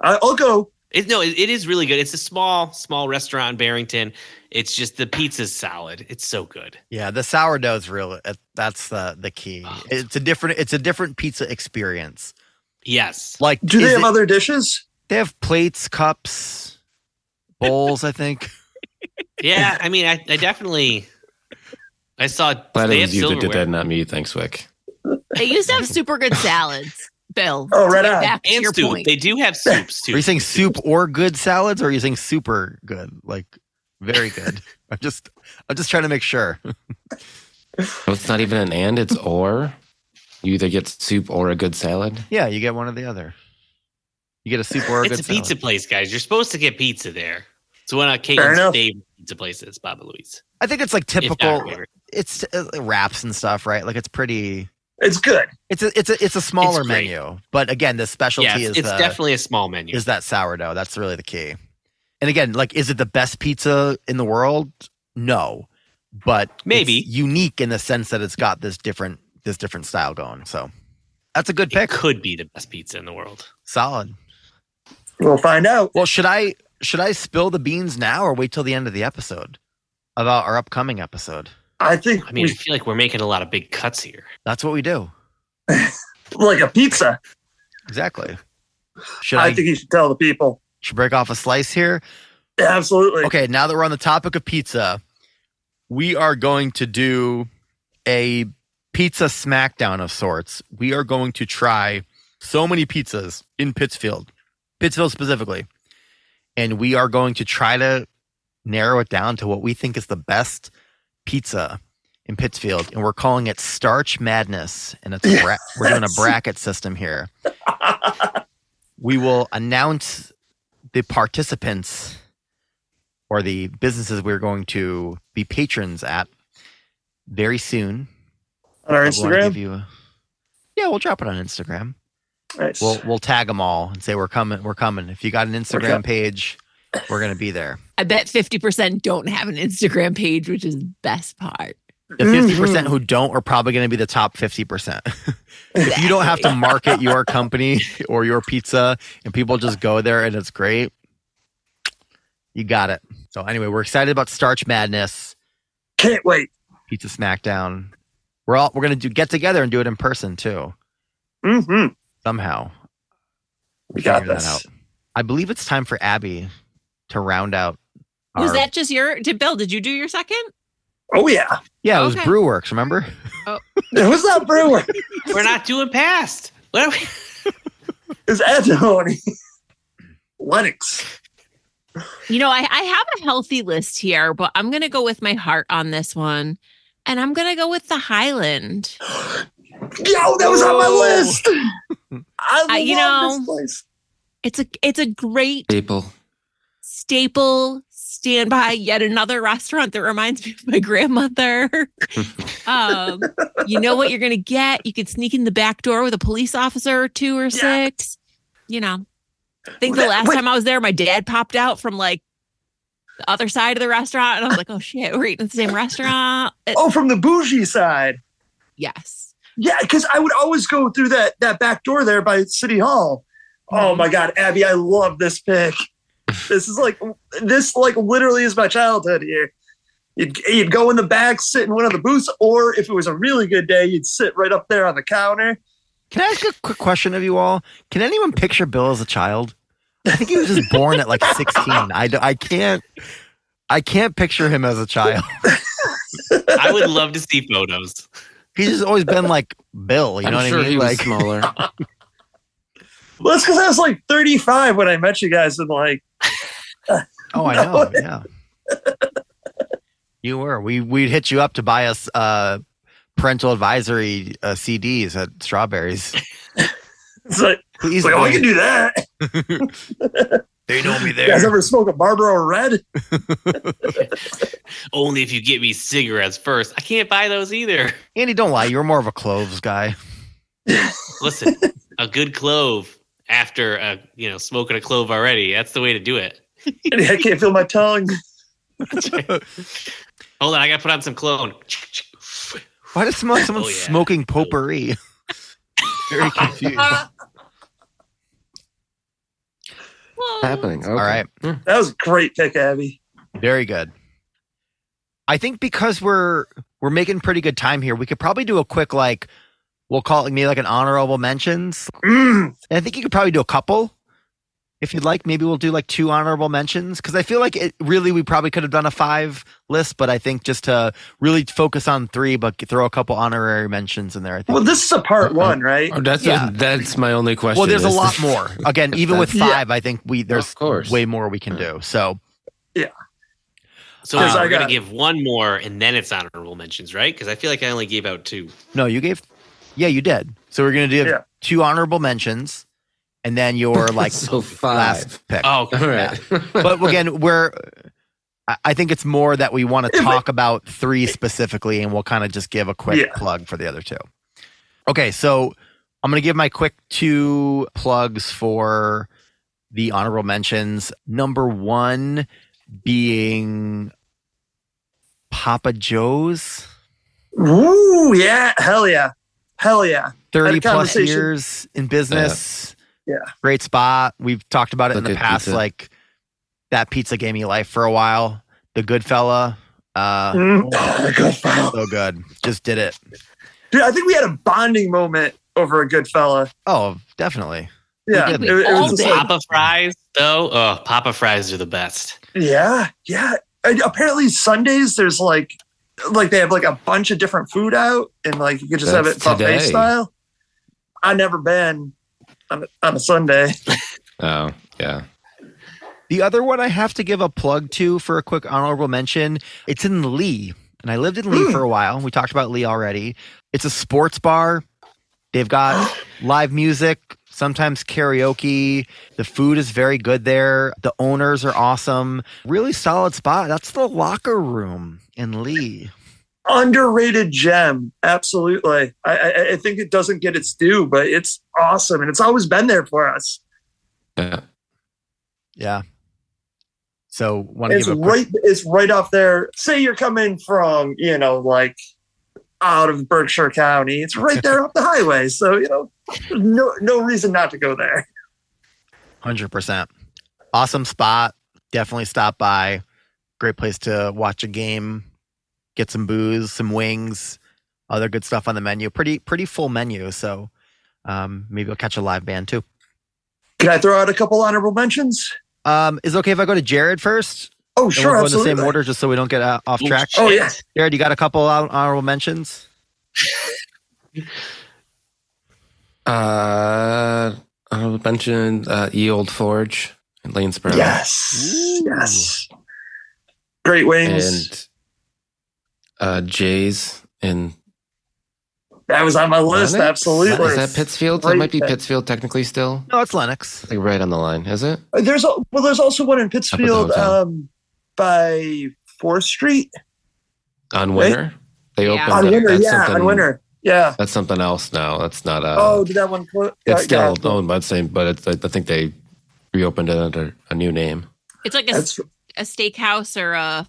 I'll go. It, no, it, it is really good. It's a small, small restaurant in Barrington. It's just the pizza's solid. It's so good. Yeah, the sourdough's real. uh, That's the the key. Oh. It's a different. It's a different pizza experience. Yes. Like, Do is they have it- other dishes? they have plates, cups, bowls. I think. Yeah. I mean, I, I definitely. I saw. Glad they it have was you that did silverware. that, not me. Thanks, Wick. They used to have super good salads, Bill. Oh, right To get on. back to And your soup. point. They do have soups too. Are you saying soup or good salads, or are you saying super good? Like very good. I'm just I'm just trying to make sure. Well, Oh, it's not even an and, it's or. You either get soup or a good salad. Yeah, you get one or the other. You get a soup or a It's good a pizza salad. place, guys. You're supposed to get pizza there. It's one of Fair Caitlin's enough. favorite pizza places, Baba Louise. I think it's like If not her typical. favorite. It's uh, wraps and stuff, right? Like it's pretty. It's good. It's a it's a it's a smaller great. menu, but again, the specialty Yes, is it's the, definitely a small menu. is that sourdough. That's really the key. And again, like, is it the best pizza in the world? No, but it's Maybe. unique in the sense that it's got this different this different style going. So that's a good It pick. could be the best pizza in the world. Solid. We'll find out. Well, should I should I spill the beans now or wait till the end of the episode about our upcoming episode? I think I mean, I we, feel like we're making a lot of big cuts here. That's what we do. like a pizza. Exactly. Should I, I, think you should tell the people. should break off a slice here? Absolutely. Okay, now that we're on the topic of pizza, we are going to do a pizza smackdown of sorts. We are going to try so many pizzas in Pittsfield, Pittsfield specifically, and we are going to try to narrow it down to what we think is the best pizza in Pittsfield, and we're calling it Starch Madness, and it's a bra- we're doing a Yes. bracket system here. we will announce the participants or the businesses we're going to be patrons at very soon. On our I wanna give Instagram. you a- yeah, we'll drop it on Instagram. Nice. We'll we'll tag them all and say we're coming. We're coming. If you got an Instagram com- page, we're gonna be there. I bet 50% don't have an Instagram page, which is the best part. The Mm-hmm. fifty percent who don't are probably gonna be the top fifty percent. if you don't have to market your company or your pizza, and people just go there and it's great, you got it. So anyway, we're excited about Starch Madness, Can't wait. Pizza Smackdown. We're all we're gonna do get together and do it in person too. hmm Somehow We got figure that this. I believe it's time for Abby to round out Was Our- that just your? Did Bill? Did you do your second? Oh yeah, Yeah, it was Okay. Brew Works. Remember? it was that brewer. We're not doing past. What are we? It's antimony. Lennox. You know, I, I have a healthy list here, but I'm going to go with my heart on this one. And I'm going to go with the Highland. Yo, that was on my Whoa. list. I love Uh, you this know- place. It's a it's a great Staple. staple standby yet another restaurant that reminds me of my grandmother um, you know what you're gonna get you could sneak in the back door with a police officer or two or Yeah. six you know i think Wait, the last wait. time i was there my dad popped out from like the other side of the restaurant and i was like oh shit we're eating at the same restaurant It- Oh, from the bougie side. yes Yeah, because I would always go through that that back door there by City Hall. Mm-hmm. Oh my God, Abby, I love this pick. This is like this like literally is my childhood here. You'd you'd go in the back, sit in one of the booths, or if it was a really good day, you'd sit right up there on the counter. Can I ask a quick question of you all? Can anyone picture Bill as a child? I think he was just born at like 16. I, d- I can't I can't picture him as a child. I would love to see photos. He's just always been like Bill. You know I'm what sure I mean? he was like smaller. Well, that's because I was like 35 when I met you guys, and like oh, I No. know. Yeah. You were. We we'd hit you up to buy us uh, parental advisory uh, CDs at Strawberries. it's like, Please, it's like oh, I play can do that. They know me You guys there. ever smoke a Marlboro Red? Only if you get me cigarettes first. I can't buy those either. Andy, don't lie. You're more of a cloves guy. Listen, a good clove after a you know smoking a clove already. That's the way to do it. And I can't feel my tongue. Hold on, I gotta put on some clone. Why does someone, someone Oh, yeah. smoking potpourri? Very confused. Whoa. happening. Okay. right. Yeah. That was a great pick, Abby. Very good. I think because we're we're making pretty good time here, we could probably do a quick like we'll call it maybe like an honorable mentions. Mm, And I think you could probably do a couple. If you'd like, maybe we'll do like two honorable mentions because I feel like it really we probably could have done a five list, but I think just to really focus on three, but throw a couple honorary mentions in there. I think. well, this is a part one, right? Oh, that's Yeah. that's my only question. well, there's a is- lot more. Again, even with Yeah. five, I think we there's of course. way more we can do. So So Because I we're gonna got- give one more, and then it's honorable mentions, right? Because I feel like I only gave out two. No, you gave. Yeah, you did. So we're gonna do Yeah. two honorable mentions, and then your like so five. last pick. Oh, All right. But again, we're. I- I think it's more that we want to If I- talk about three specifically, and we'll kind of just give a quick Yeah. plug for the other two. Okay, so I'm gonna give my quick two plugs for the honorable mentions. Number one being Papa Joe's. Ooh, yeah, hell yeah, hell yeah. 30 Had a plus conversation. years in business. Yeah. Great spot. We've talked about it The in the good past. pizza. Like that pizza gave me life for a while. The good fella. Uh, Mm. Oh, the good fellow. so good. Just did it. Dude, I think we had a bonding moment over a good fella. Oh, definitely. Yeah, did. it- it All was just day. like- Papa fries though. Oh, Papa fries are the best. yeah, yeah. And apparently Sundays there's like, like they have like a bunch of different food out, and like you could just That's have it buffet today. style. I never been on, a- on a Sunday. Oh, yeah. The other one I have to give a plug to for a quick honorable mention. It's in Lee, and I lived in Lee Hmm. for a while. We talked about Lee already. It's a sports bar. They've got live music, sometimes karaoke. The food is very good there. The owners are awesome. Really solid spot. That's the locker room in Lee. Underrated gem, absolutely. I, I I think it doesn't get its due, but it's awesome, and it's always been there for us. Yeah. Yeah. So want to it's give a quick, right it's right off there say you're coming from you know like out of berkshire county it's right there up the highway so you know no no reason not to go there Hundred percent. Awesome spot. Definitely stop by. Great place to watch a game, get some booze, some wings, other good stuff on the menu. Pretty pretty full menu. So um, maybe I'll catch a live band too. can i throw out a couple honorable mentions Um, is it okay if I go to Jared first? And Oh, we'll sure, go in the absolutely. same order just so we don't get uh, off track. Oh yeah, Jared, you got a couple hon- honorable mentions? Uh, I mentioned uh, E Old Forge and Lanesboro. yes, yes. Great wings. And uh, Jays and that was on my list. Lennox? Absolutely. Is that Pittsfield? That Right might be there. Pittsfield technically still. No, it's Lennox. Like right on the line, is it? Uh, There's al- well, there's also one in Pittsfield hotel. um, by Fourth Street On Winter? They Yeah. opened On on it. Winter. That's Yeah, something, on Winter. Yeah. That's something else now. That's not uh oh, did that one? Clo- it's yeah, still owned by the same but it's I think they reopened it under a new name. It's like a, That's a steakhouse or a,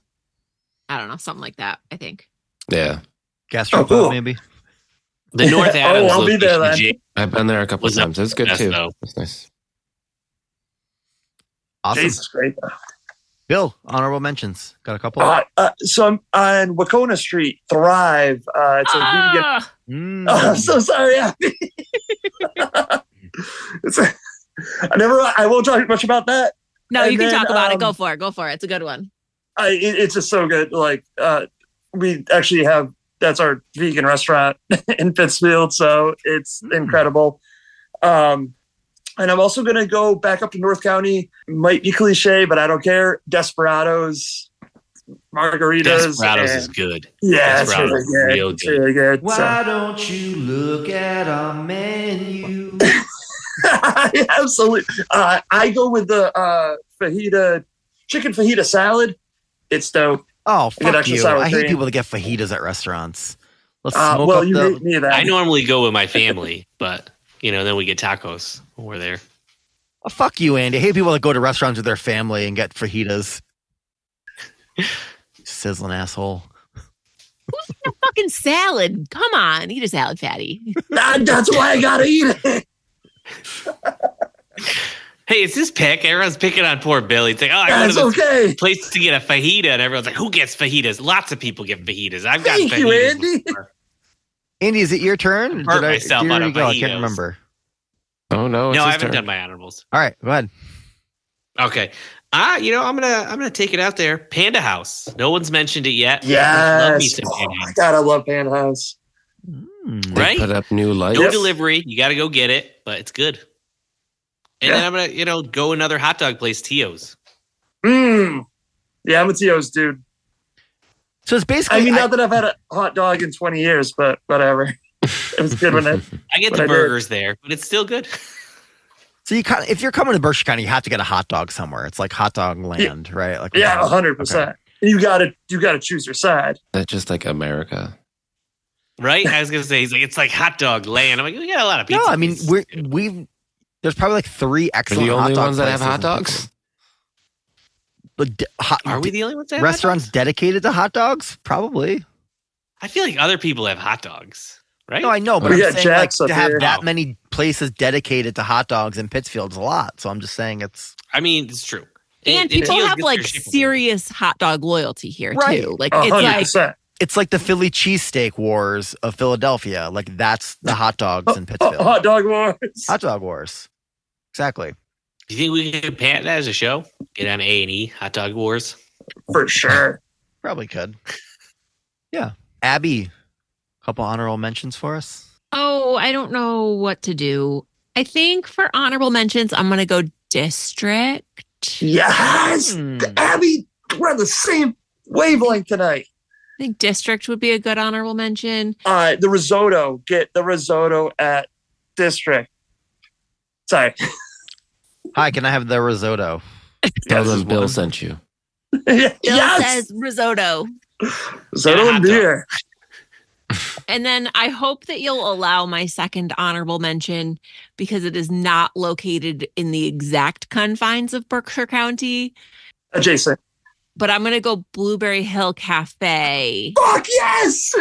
I don't know, something like that, I think. Yeah. Gastropub, Oh, cool. maybe. The North Oh, Adams I'll be location there of then. Jay- I've been there a couple Was up times. It's good Yes, too. though. It's nice. Awesome. Jesus, great. Bill, honorable mentions. Got a couple? Uh, uh, so I'm on Wakona Street, Thrive. Uh, it's a vegan. Ah! Mm. Oh, I'm so sorry, Abby. it's a, I never. I won't talk much about that. No, And you can then, talk about it. um, Go for it. Go for it. It's a good one. I, it, it's just so good. Like uh, we actually have that's our vegan restaurant in Pittsfield, so it's Mm. incredible. Um, and I'm also gonna go back up to North County. Might be cliche, but I don't care. Desperados, margaritas. Desperados is and- good. yeah, it's Desperados really is good. real It's good. really good. so. don't you look at our menu? Absolutely. Uh, I go with the uh, fajita, chicken fajita salad. It's dope. Oh, get fuck extra you. sour I hate cream. people that get fajitas at restaurants. Let's Uh, smoke well, up you the. hate me that. I normally go with my family, but you know, then we get tacos when we're there. Oh, fuck you, Andy. I hate people that go to restaurants with their family and get fajitas. Sizzling asshole. Fucking salad. Come on. Eat a salad, fatty. Ah, that's why I gotta eat it. Hey, it's his pick. Everyone's picking on poor Billy. It's like, oh, I go to That's this okay. place to get a fajita, and everyone's like, who gets fajitas? Lots of people get fajitas. I've got Thank fajitas. you, Andy. before. Andy, is it your turn? I burnt myself you on already a go? I fajitas. can't remember. Oh no, it's No, I his haven't turn. done my honorables. All right, go ahead. Okay. Ah, you know, I'm gonna I'm gonna take it out there. Panda House. No one's mentioned it yet. Love me Yes. some Oh Panda my House. God, I love Pan House. Mm. They Right? put up new lights. No delivery. You got to go get it, but it's good. And then Yeah. I'm gonna, you know, go another hot dog place, Tio's. Mmm. Yeah, I'm a Tio's dude. So it's basically. I mean, I- not that I've had a hot dog in 20 years, but whatever. it was good when it. I get But the I did. burgers there, but it's still good. so you kind of, if you're coming to Berkshire County, you have to get a hot dog somewhere. It's like hot dog land, right? Like Yeah, uh-huh. 100%. You gotta, you gotta choose your side. That's just like America. right? I was gonna say he's like, it's like hot dog land. I'm like, we got a lot of pizza. No, I mean places. we're we've there's probably like three Are excellent the only hot dog ones that have places hot in dogs? Pittsburgh. But de- hot, are we the only ones that have hot restaurants dogs? dedicated to hot dogs? Probably. I feel like other people have hot dogs, right? No, I know, but We I'm got saying like, Jack's up to have here. that many places dedicated to hot dogs in Pittsfield's a lot. So I'm just saying it's I mean, it's true. And people Tio's have gets like their shit. serious hot dog loyalty here, Right. too. Like, A it's like 100%. it's like the Philly cheesesteak wars of Philadelphia. Like that's the hot dogs in Oh, Pittsfield. hot dog wars. Hot dog wars. Exactly. Do you think we could pan that as a show? Get on A and E, hot dog wars. For sure. Probably could. Yeah. Abby, couple honorable mentions for us. Oh, I don't know what to do. I think for honorable mentions, I'm going to go district. Hmm. Yes. Abby, we're on the same wavelength tonight. I think district would be a good honorable mention. Uh, the risotto. Get the risotto at District. Sorry. Hi, can I have the risotto? Tell Yes. them Bill sent you. Bill yes. says risotto. Risotto and beer. And then I hope that you'll allow my second honorable mention because it is not located in the exact confines of Berkshire County. Adjacent. But I'm going to go Blueberry Hill Cafe. Fuck yes.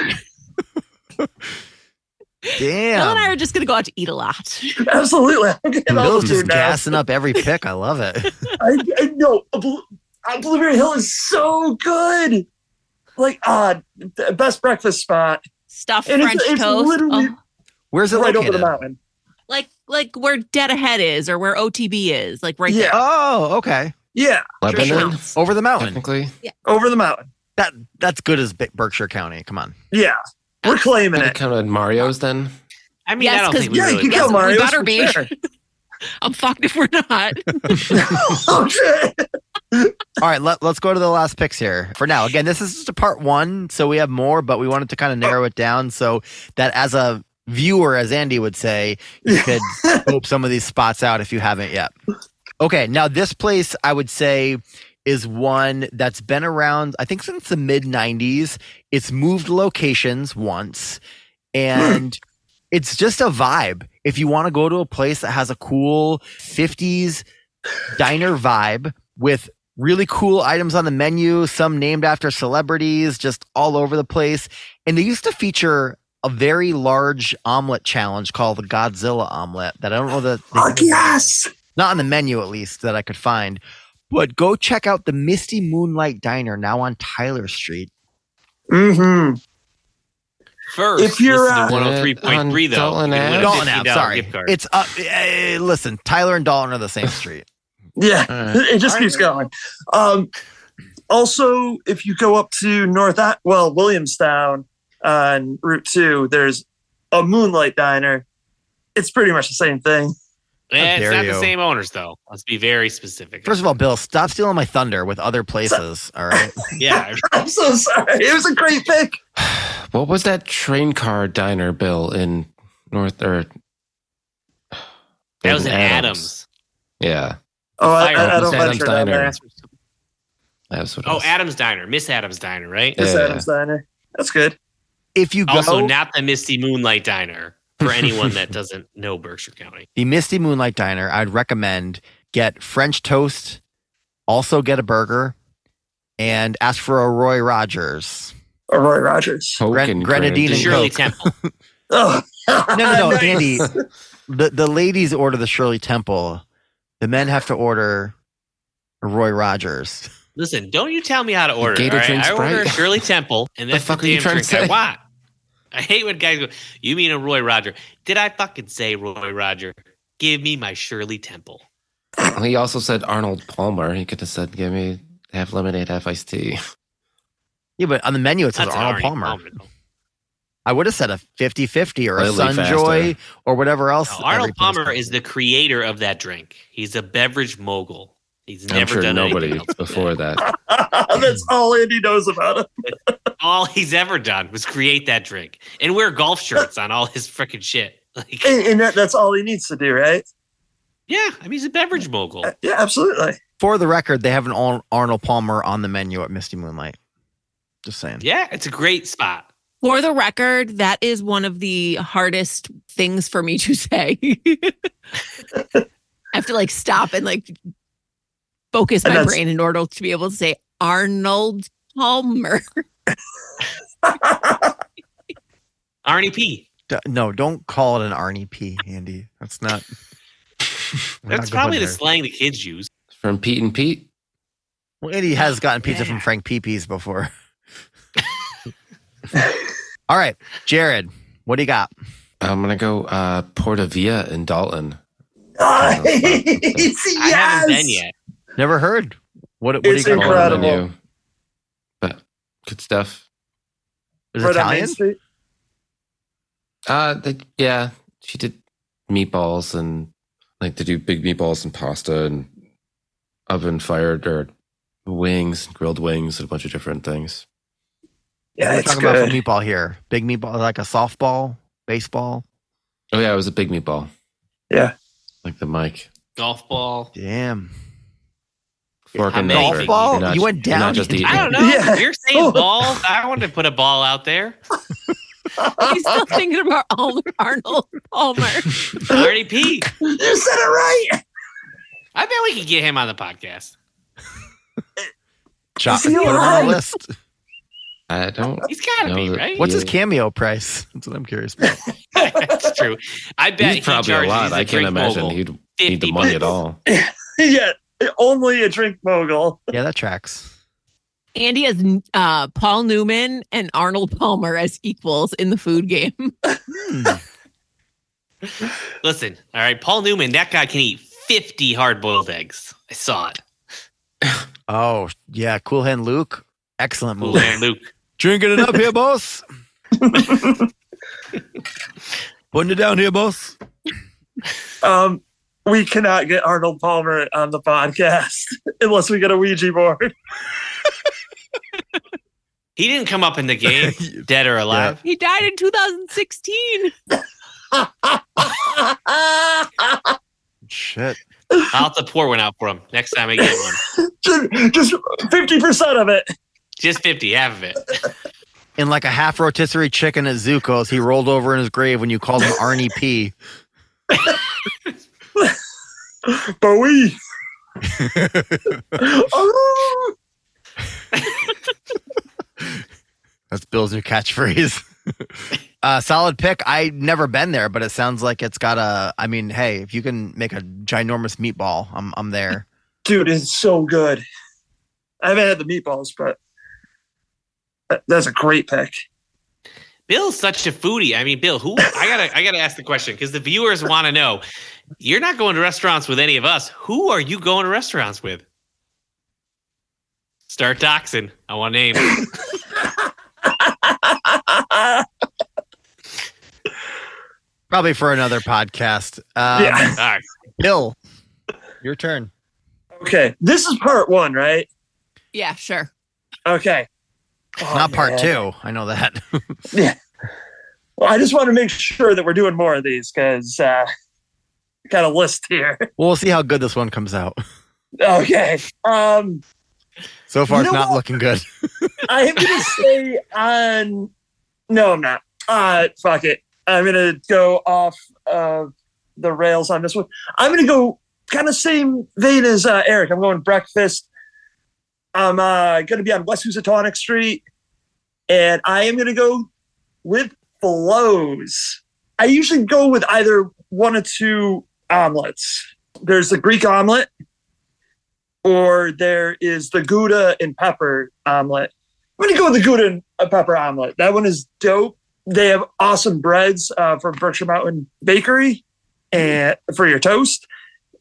Bill and I Damn. are just going to go out to eat a lot. Absolutely. I'm getting all Bill's the food just now. gassing up every pick. I love it. I, I know. Bl- uh, Blueberry Hill is so good. Like, uh, the best breakfast spot. Stuffed And it's- French it's toast. literally- Oh. Where's it right over located? the mountain. like like where dead ahead is or where otb is like right Yeah. Oh, there Oh, okay. Yeah, Lebanon, Counts. Over the mountain. technically. over the mountain. That that's good as Bi- Berkshire County. Come on. Yeah, we're claiming Kind of it. counted Mario's then. I mean, I Yes, don't 'cause- think we Yeah, really. you Yes, go, we Mario. better for be. sure. I'm fucked if we're not. okay. All right, let, let's go to the last picks here for now. Again, this is just a part one, so we have more, but we wanted to kind of narrow it down so that as a viewer, as Andy would say, you could scope some of these spots out if you haven't yet. Okay, now this place I would say is one that's been around, I think, since the mid 90s. It's moved locations once, and it's just a vibe. If you want to go to a place that has a cool 50s diner vibe with really cool items on the menu, some named after celebrities, just all over the place. And they used to feature a very large omelet challenge called the Godzilla omelet that I don't know that Fuck yes. not on the menu at least that I could find. But go check out the Misty Moonlight Diner now on Tyler Street. Mm-hmm. First, If you're, listen uh, to 103.3 though. Dalton you can Ave. win a Dalton Ave, $50 sorry. gift card. It's up. eh, listen, Tyler and Dalton are the same street. Yeah, All right. it just keeps going. Um, also, if you go up to North, A- well, Williamstown on Route Two, there's a Moonlight Diner. It's pretty much the same thing. Eh, dare it's not you. the same owners though. Let's be very specific. First of all, Bill, stop stealing my thunder with other places. All right. yeah, I'm so sorry. It was a great pick. What was that train car diner bill in North or that was an in Adams. Yeah, Oh, I, Fire I, I Miss don't Adams venture down Diner. there. that's what. it Oh, was. Adams Diner, Miss Adams Diner, right? Yeah. Miss Adams Diner. That's good. If you go Also, not the Misty Moonlight Diner for anyone that doesn't know Berkshire County. the Misty Moonlight Diner, I'd recommend get French toast, also get a burger, and ask for a Roy Rogers. Or Roy Rogers. Coke Gren- and grenadine The and Shirley Coke. Temple. Oh, No, no, no, Andy. The the ladies order the Shirley Temple. The men have to order a Roy Rogers. Listen, don't you tell me how to order. Gator all right? drink I order a Sprite. Shirley Temple, and The that's the, fuck are you damn trying to drink I say? want. I hate when guys go, "You mean a Roy Roger?" Did I fucking say Roy Roger? Give me my Shirley Temple. Coke. He also said Arnold Palmer. He could have said, "Give me half lemonade, half iced tea." Yeah, but on the menu it says That's an Arnold Arnie Palmer. though. I would have said a 50-50 or a Slightly Sunjoy or whatever else. No, every Arnold place Palmer does. is the creator of that drink. He's a beverage mogul. He's never I'm sure done nobody anything else with before it. that. that's all Andy knows about it. All he's ever done was create that drink and wear golf shirts on all his freaking shit. Like, And, and that, that's all he needs to do, right? yeah, I mean he's a beverage mogul. Uh, Yeah, absolutely. For the record, they have an Ar- Arnold Palmer on the menu at Misty Moonlight. Just saying. Yeah, it's a great spot. For the record, that is one of the hardest things for me to say. I have to like stop and like focus And my that's- brain in order to be able to say Arnold Palmer. Arnie P. D- no, don't call it an Arnie P, Andy. That's not. We're That's not going probably the there. slang the kids use. From Pete and Pete. Well, Andy has gotten pizza from Frank Peepees before. All right, Jared, what do you got? I'm gonna go uh, Porta Villa in Dalton. Nice. I Oh, yes. haven't been yet. Never heard. What? What do you It's got? All on the Incredible. menu. But good stuff. Is it Right on Main Italian? Street. Uh, the, yeah, she did meatballs and like to do big meatballs and pasta and oven fired or wings, grilled wings, and a bunch of different things. Yeah, We're it's talking about good. for meatball here. Big meatball, like a softball, baseball. Oh yeah, it was a big meatball. Yeah. like the mic Golf ball. Damn. fork How and many? Golf knife. ball? You're You went you're down. Not just eating. I don't know. Yeah. You're saying balls. I wanted to put a ball out there. I'm still thinking about Al- Arnold Palmer. Arnie P. You said it right. I bet we could get him on the podcast. Chop. Is he Put him on our alive? list. I don't. He's got to No, be that- right. What's his Yeah. cameo price? That's what I'm curious about. That's true. I bet He's probably he a charges. lot. I I can't imagine he'd need the money at all. Yeah, only a drink mogul. Yeah, that tracks. Andy has uh, Paul Newman and Arnold Palmer as equals in the food game. Hmm. Listen, all right, Paul Newman. That guy can eat fifty hard-boiled eggs. I saw it. Oh, yeah. Cool Hand Luke. Excellent Cool movie. hand Luke. Drinking it up here, boss. Putting it down here, boss. Um, we cannot get Arnold Palmer on the podcast unless we get a Ouija board. He didn't come up in the game, dead or alive. He died in 2016. Shit. I'll have to pour one out for him next time I get one. Just fifty percent of it. Just 50, half of it. In like a half rotisserie chicken at Zuko's, he rolled over in his grave when you called him Arnie P. But we. Oh, That's Bill's new catchphrase. uh, solid pick. I've never been there, but it sounds like it's got a. I mean, hey, if you can make a ginormous meatball, I'm I'm there. dude, it's so good. I haven't had the meatballs, but that- that's a great pick. Bill's such a foodie. I mean, Bill, who I gotta I gotta ask the question because the viewers want to know. You're not going to restaurants with any of us. Who are you going to restaurants with? Start doxing. I want name. Probably for another podcast. Um, yeah. All right. Bill, your turn. Okay. This is part one, right? Yeah, sure. Okay. Oh, Not part man. two. I know that. Well, I just want to make sure that we're doing more of these because uh, got a list here. Well, we'll see how good this one comes out. Okay. Um, So far, You it's know not what? looking good. I am gonna say on. No, I'm not. Uh, fuck it. I'm gonna go off of the rails on this one. I'm gonna go kind of same vein as uh, Eric. I'm going breakfast. I'm uh, gonna be on West Housatonic Street, and I am gonna go with flows. I usually go with either one or two omelets. There's the Greek omelet, or there is the Gouda and pepper omelet. I'm gonna go with the Gouda and uh, pepper omelet. That one is dope. They have awesome breads uh, from Berkshire Mountain Bakery, and Mm-hmm. for your toast,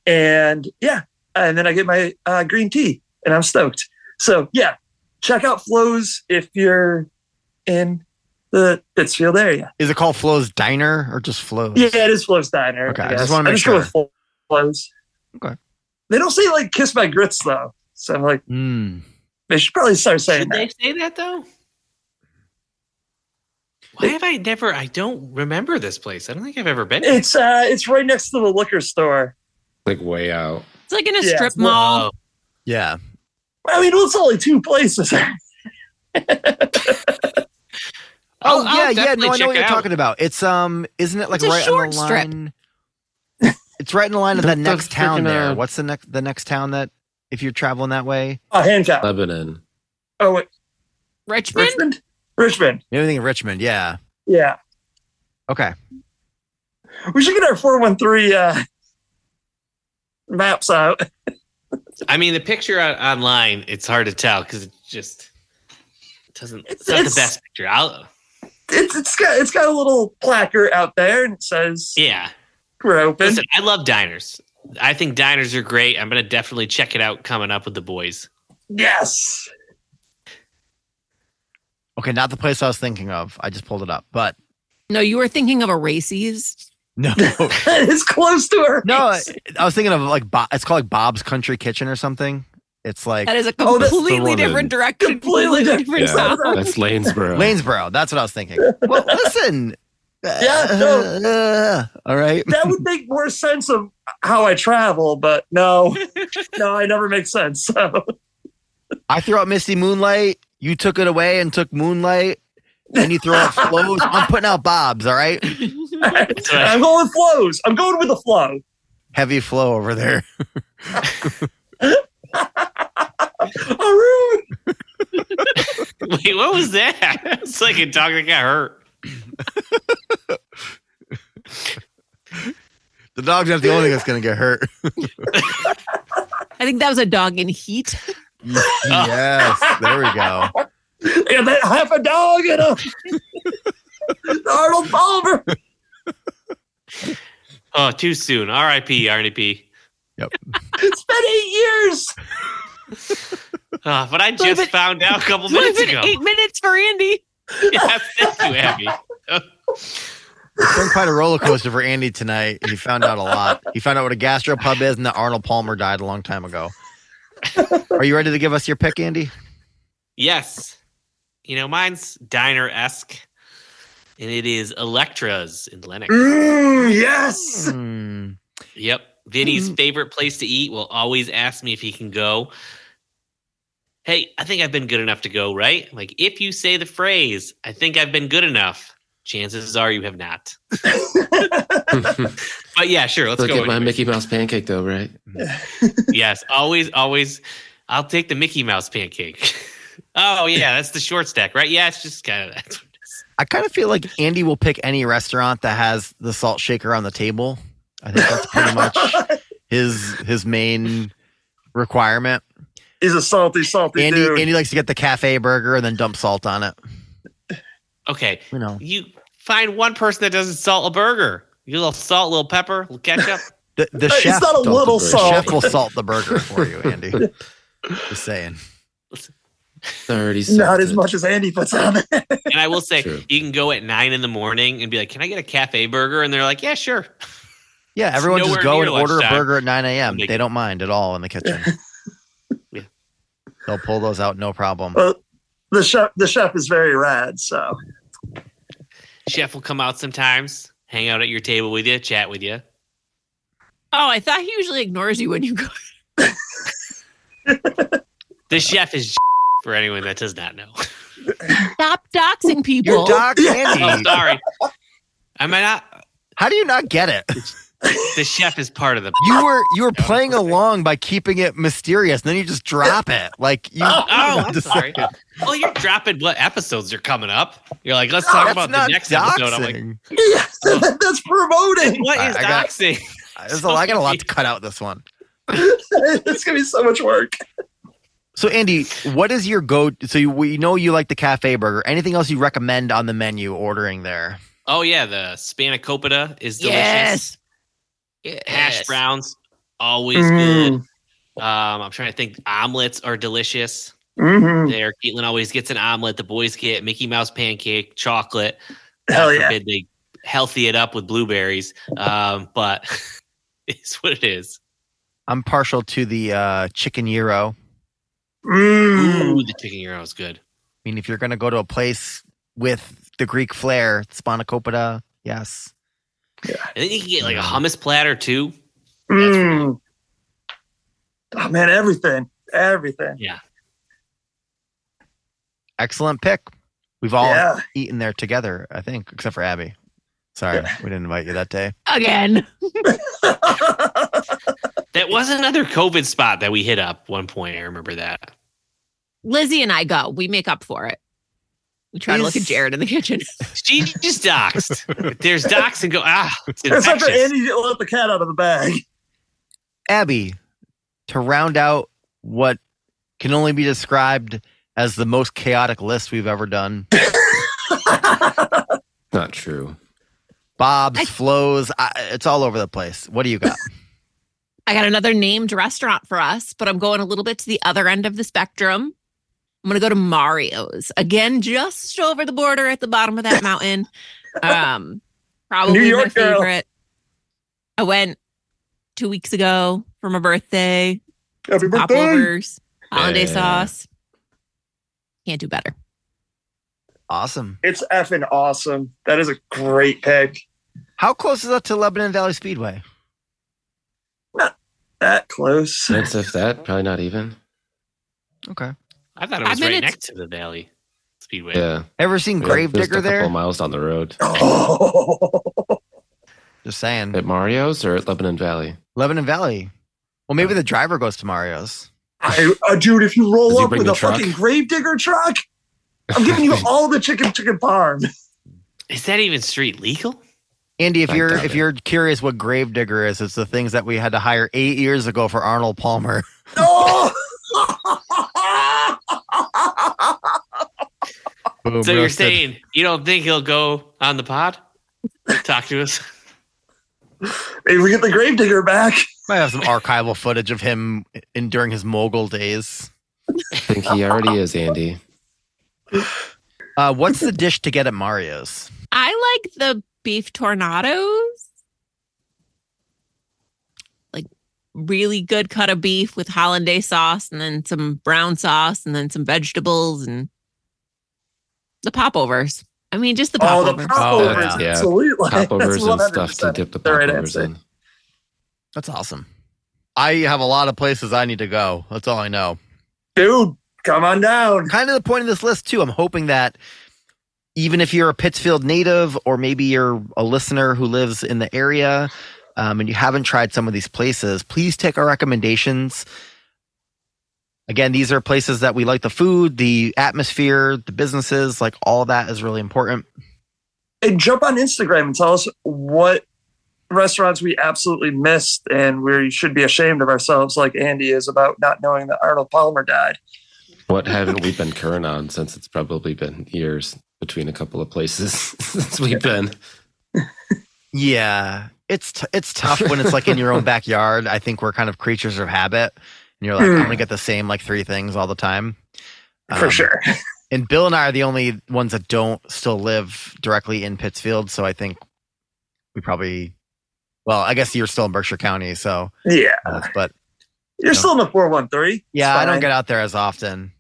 and yeah, and then I get my uh, green tea, and I'm stoked. So yeah, check out Flows if you're in the Pittsfield area. Is it called Flo's Diner or just Flo's? Yeah, it is Flows Diner. Okay, I I, just guess. wanna I make just go with Flows. Okay. They don't say like "kiss my grits" though, so I'm like, Mm. they should probably start saying Should that. they say that though? Why have I never? I don't remember this place. I don't think I've ever been. here. It's uh, it's right next to the liquor store. Like way out. It's like in a Yeah. strip mall. Oh, Yeah. I mean, it's only two places. I'll- I'll Oh, yeah, yeah. definitely No, I check know what it you're out. talking about. It's um, isn't it like It's a right on short the strip. line? it's right in the line of The- the the next town freaking, there. uh, What's the next the next town that if you're traveling that way? Oh, Uh, Hancock. Lebanon. Oh, wait, Richmond? Richmond. Richmond. Maybe think of Richmond. Yeah. Yeah, Okay. we should get our four one three uh, maps out. I mean, the picture on, online. It's hard to tell because it just doesn't. It's, It's- not it's- the best picture. I'll, It's it's got it's got a little placard out there, and it says yeah. we're open. Listen, I love diners. I think diners are great. I'm gonna definitely check it out coming up with the boys. Yes. Okay. Not the place I was thinking of. I just pulled it up, but No, you were thinking of a Racy's. no, it's close to her. no. I, I was thinking of like Bo- it's called like Bob's Country Kitchen or something. It's like That is a Oh, that's the completely one different in- direction. Completely different Yeah. sound. That's Lanesboro. Lanesboro. That's what I was thinking. Well, listen. Yeah, no. Uh, all right. that would make more sense of how I travel, but no, no, I never make sense. So I threw out Misty Moonlight. You took it away and took Moonlight. And you throw out flows. I'm putting out Bob's. All right. I'm going with flows. I'm going with the flow. Heavy flow over there. Arun. Wait, what was that? It's like a dog that got hurt. The dog's not the only thing that's gonna get hurt. I think that was a dog in heat. yes. There we go. Yeah, that half a dog and a Arnold Palmer. Oh, too soon. R.I.P. R.I.P. It's been eight years. Uh, but I just been- found out a couple It's minutes been ago. eight minutes for Andy. Yeah, thank you, Abby. It's been quite a roller coaster for Andy tonight. He found out a lot. He found out what a gastropub is and that Arnold Palmer died a long time ago. Are you ready to give us your pick, Andy? Yes. You know, mine's diner esque. And it is Electra's in Lenox. Mm, yes. Hmm. Yep. Vinny's favorite place to eat will always ask me if he can go. Hey, I think I've been good enough to go, right? I'm like, if you say the phrase, I think I've been good enough, chances are you have not. Let's But yeah, sure, let's Look go. at my anyway. Mickey Mouse pancake, though, right? yes, always, always. I'll take the Mickey Mouse pancake. oh yeah, that's the short stack, right? Yeah, it's just kind of that's what it is. I kind of feel like Andy will pick any restaurant that has the salt shaker on the table. I think that's pretty much his his main requirement. He's a salty, salty Andy dude. Andy likes to get the cafe burger and then dump salt on it. Okay, You know, you find one person that doesn't salt a burger. You little salt, little pepper, little ketchup. the, the It's chef not a the little burger. salt. chef will salt the burger for you, Andy. Just saying. Thirty. Not as much as Andy puts on it. and I will say, True. you can go at nine in the morning and be like, "Can I get a cafe burger?" And they're like, "Yeah, sure." Yeah, It's everyone just nowhere go near and order a lunchtime. burger at 9 a.m. Like- They don't mind at all in the kitchen. Yeah. They'll pull those out, no problem. Well, the chef, the chef is very rad. So Chef will come out sometimes, hang out at your table with you, chat with you. Oh, I thought he usually ignores you when you go. Uh-huh. The chef is for anyone that does not know. Stop doxing people. You're Doc oh, Andy. sorry. Am I not? How do you not get it? The chef is part of the. You were you were playing along by keeping it mysterious, and then you just drop it. Like you Oh, I'm Just sorry. Well, you're dropping what episodes are coming up. You're like, let's talk that's about the not next episode. I'm like, doxing. yeah, Oh. that's promoting. what is I- I got- doxing? There's a lot- I got a lot to cut out this one. it's gonna be so much work. So Andy, what is your go? So you, we know you like the cafe burger. Anything else you recommend on the menu ordering there? Oh yeah, the spanakopita is delicious. Yes. Hash Yes. Mm-hmm. browns always good. Mm, Um, I'm trying to think. Omelets are delicious. mhm. There, Caitlin always gets an omelet. The boys get Mickey Mouse pancake, chocolate. Hell God yeah. forbid they healthy it up with blueberries. Um, but it's what it is. I'm partial to the uh, chicken gyro. Mm. Ooh, the chicken gyro is good. I mean, if you're going to go to a place with the Greek flair, spanakopita, yes. And then you can get like a Hmm. hummus platter too. Mm. Oh man, everything, everything. Excellent pick. We've all yeah, eaten there together, I think, except for Abby. Sorry, we didn't invite you that day. Again. That was another COVID spot that we hit up one point. I remember that. Lizzie and I go. We make up for it. We try to look at Is- Jared in the kitchen. She just doxed. There's dox and go. Ah, it's except for infectious. Andy let the cat out of the bag. Abby, to round out what can only be described as the most chaotic list we've ever done Not true. Bob's, I- flows, I, it's all over the place. What do you got? I got another named restaurant for us, but I'm going a little bit to the other end of the spectrum. I'm going to go to Mario's again, just over the border at the bottom of that mountain. Um, probably New York my girl. favorite. I went two weeks ago for my birthday. Happy birthday! Popovers, holiday Yeah. sauce. Can't do better. awesome. It's effing awesome. That is a great pick. How close is that to Lebanon Valley Speedway? That close. That's if that. Probably not even. Okay. I thought it was I mean, right it's- next to the valley speedway. Yeah. Ever seen There's Gravedigger a couple there? miles down the road. Oh, Just saying. At Mario's or at Lebanon Valley? Lebanon Valley. Well, maybe the driver goes to Mario's. I, uh, dude, if you roll Does he up bring with the a truck? fucking gravedigger truck, I'm giving you all the chicken chicken parm. Is that even street legal? Andy, if I you're doubt if it. you're curious what Gravedigger is, it's the things that we had to hire eight years ago for Arnold Palmer. No. Oh, Boom, so you're roasted. saying you don't think he'll go on the pod? Talk to us. Maybe we get the gravedigger back. Might have some archival footage of him in during his mogul days. I think he already is, Andy. Uh, what's the dish to get at Mario's? I like the beef tornadoes. Like really good cut of beef with hollandaise sauce and then some brown sauce and then some vegetables and the popovers. I mean, just the Oh, popovers. the popovers, Oh, yeah. absolutely. That's Popovers and stuff to 100% dip the the right popovers answer. in. That's awesome. I have a lot of places I need to go. That's all I know. Dude, come on down. Kind of the point of this list too. I'm hoping that even if you're a Pittsfield native or maybe you're a listener who lives in the area um, and you haven't tried some of these places, please take our recommendations. Again, these are places that we like the food, the atmosphere, the businesses, like all that is really important. And jump on Instagram and tell us what restaurants we absolutely missed and we should be ashamed of ourselves, like Andy is about not knowing that Arnold Palmer died. What haven't we been current on since it's probably been years between a couple of places since we've been? Yeah, it's t- it's tough when it's like in your own backyard. I think we're kind of creatures of habit, and you're like, Hmm. I'm gonna get the same like three things all the time. For Um, sure. And Bill and I are the only ones that don't still live directly in Pittsfield, so I think we probably. Well, I guess you're still in Berkshire County, so Yeah. uh, but You're still in the 413. It's yeah, I don't fine. get out there as often.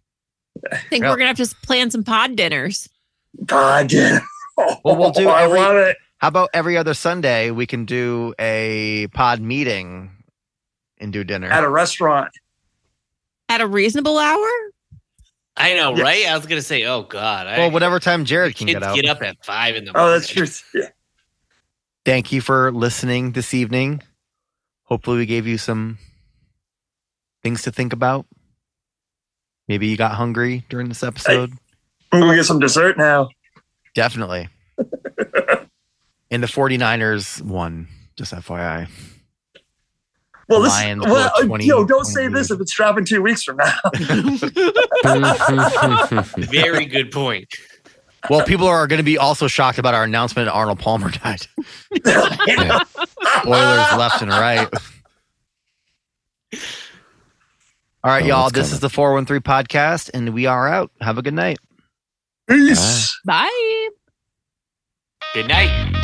I think we're gonna have to plan some pod dinners. God. yeah. Well, we'll do I every- love it. How about every other Sunday we can do a pod meeting and do dinner? At a restaurant. At a reasonable hour? I know, Yes. right? I was gonna say, oh god. I, well, whatever time Jared can kids get out. get up at five in the morning. Oh, that's true. Yeah. thank you for listening this evening. Hopefully, we gave you some things to think about. Maybe you got hungry during this episode. I'm going to get some dessert now. Definitely. and the 49ers won, just FYI. Well, this Lions were well, uh, 20 yo, don't say 20. this if it's dropping two weeks from now. Very good point. Well, people are going to be also shocked about our announcement that Arnold Palmer died. Spoilers left and right. All right, Oh, y'all. it's This coming. is the 413 podcast, and we are out. Have a good night. Peace. Bye. Good night.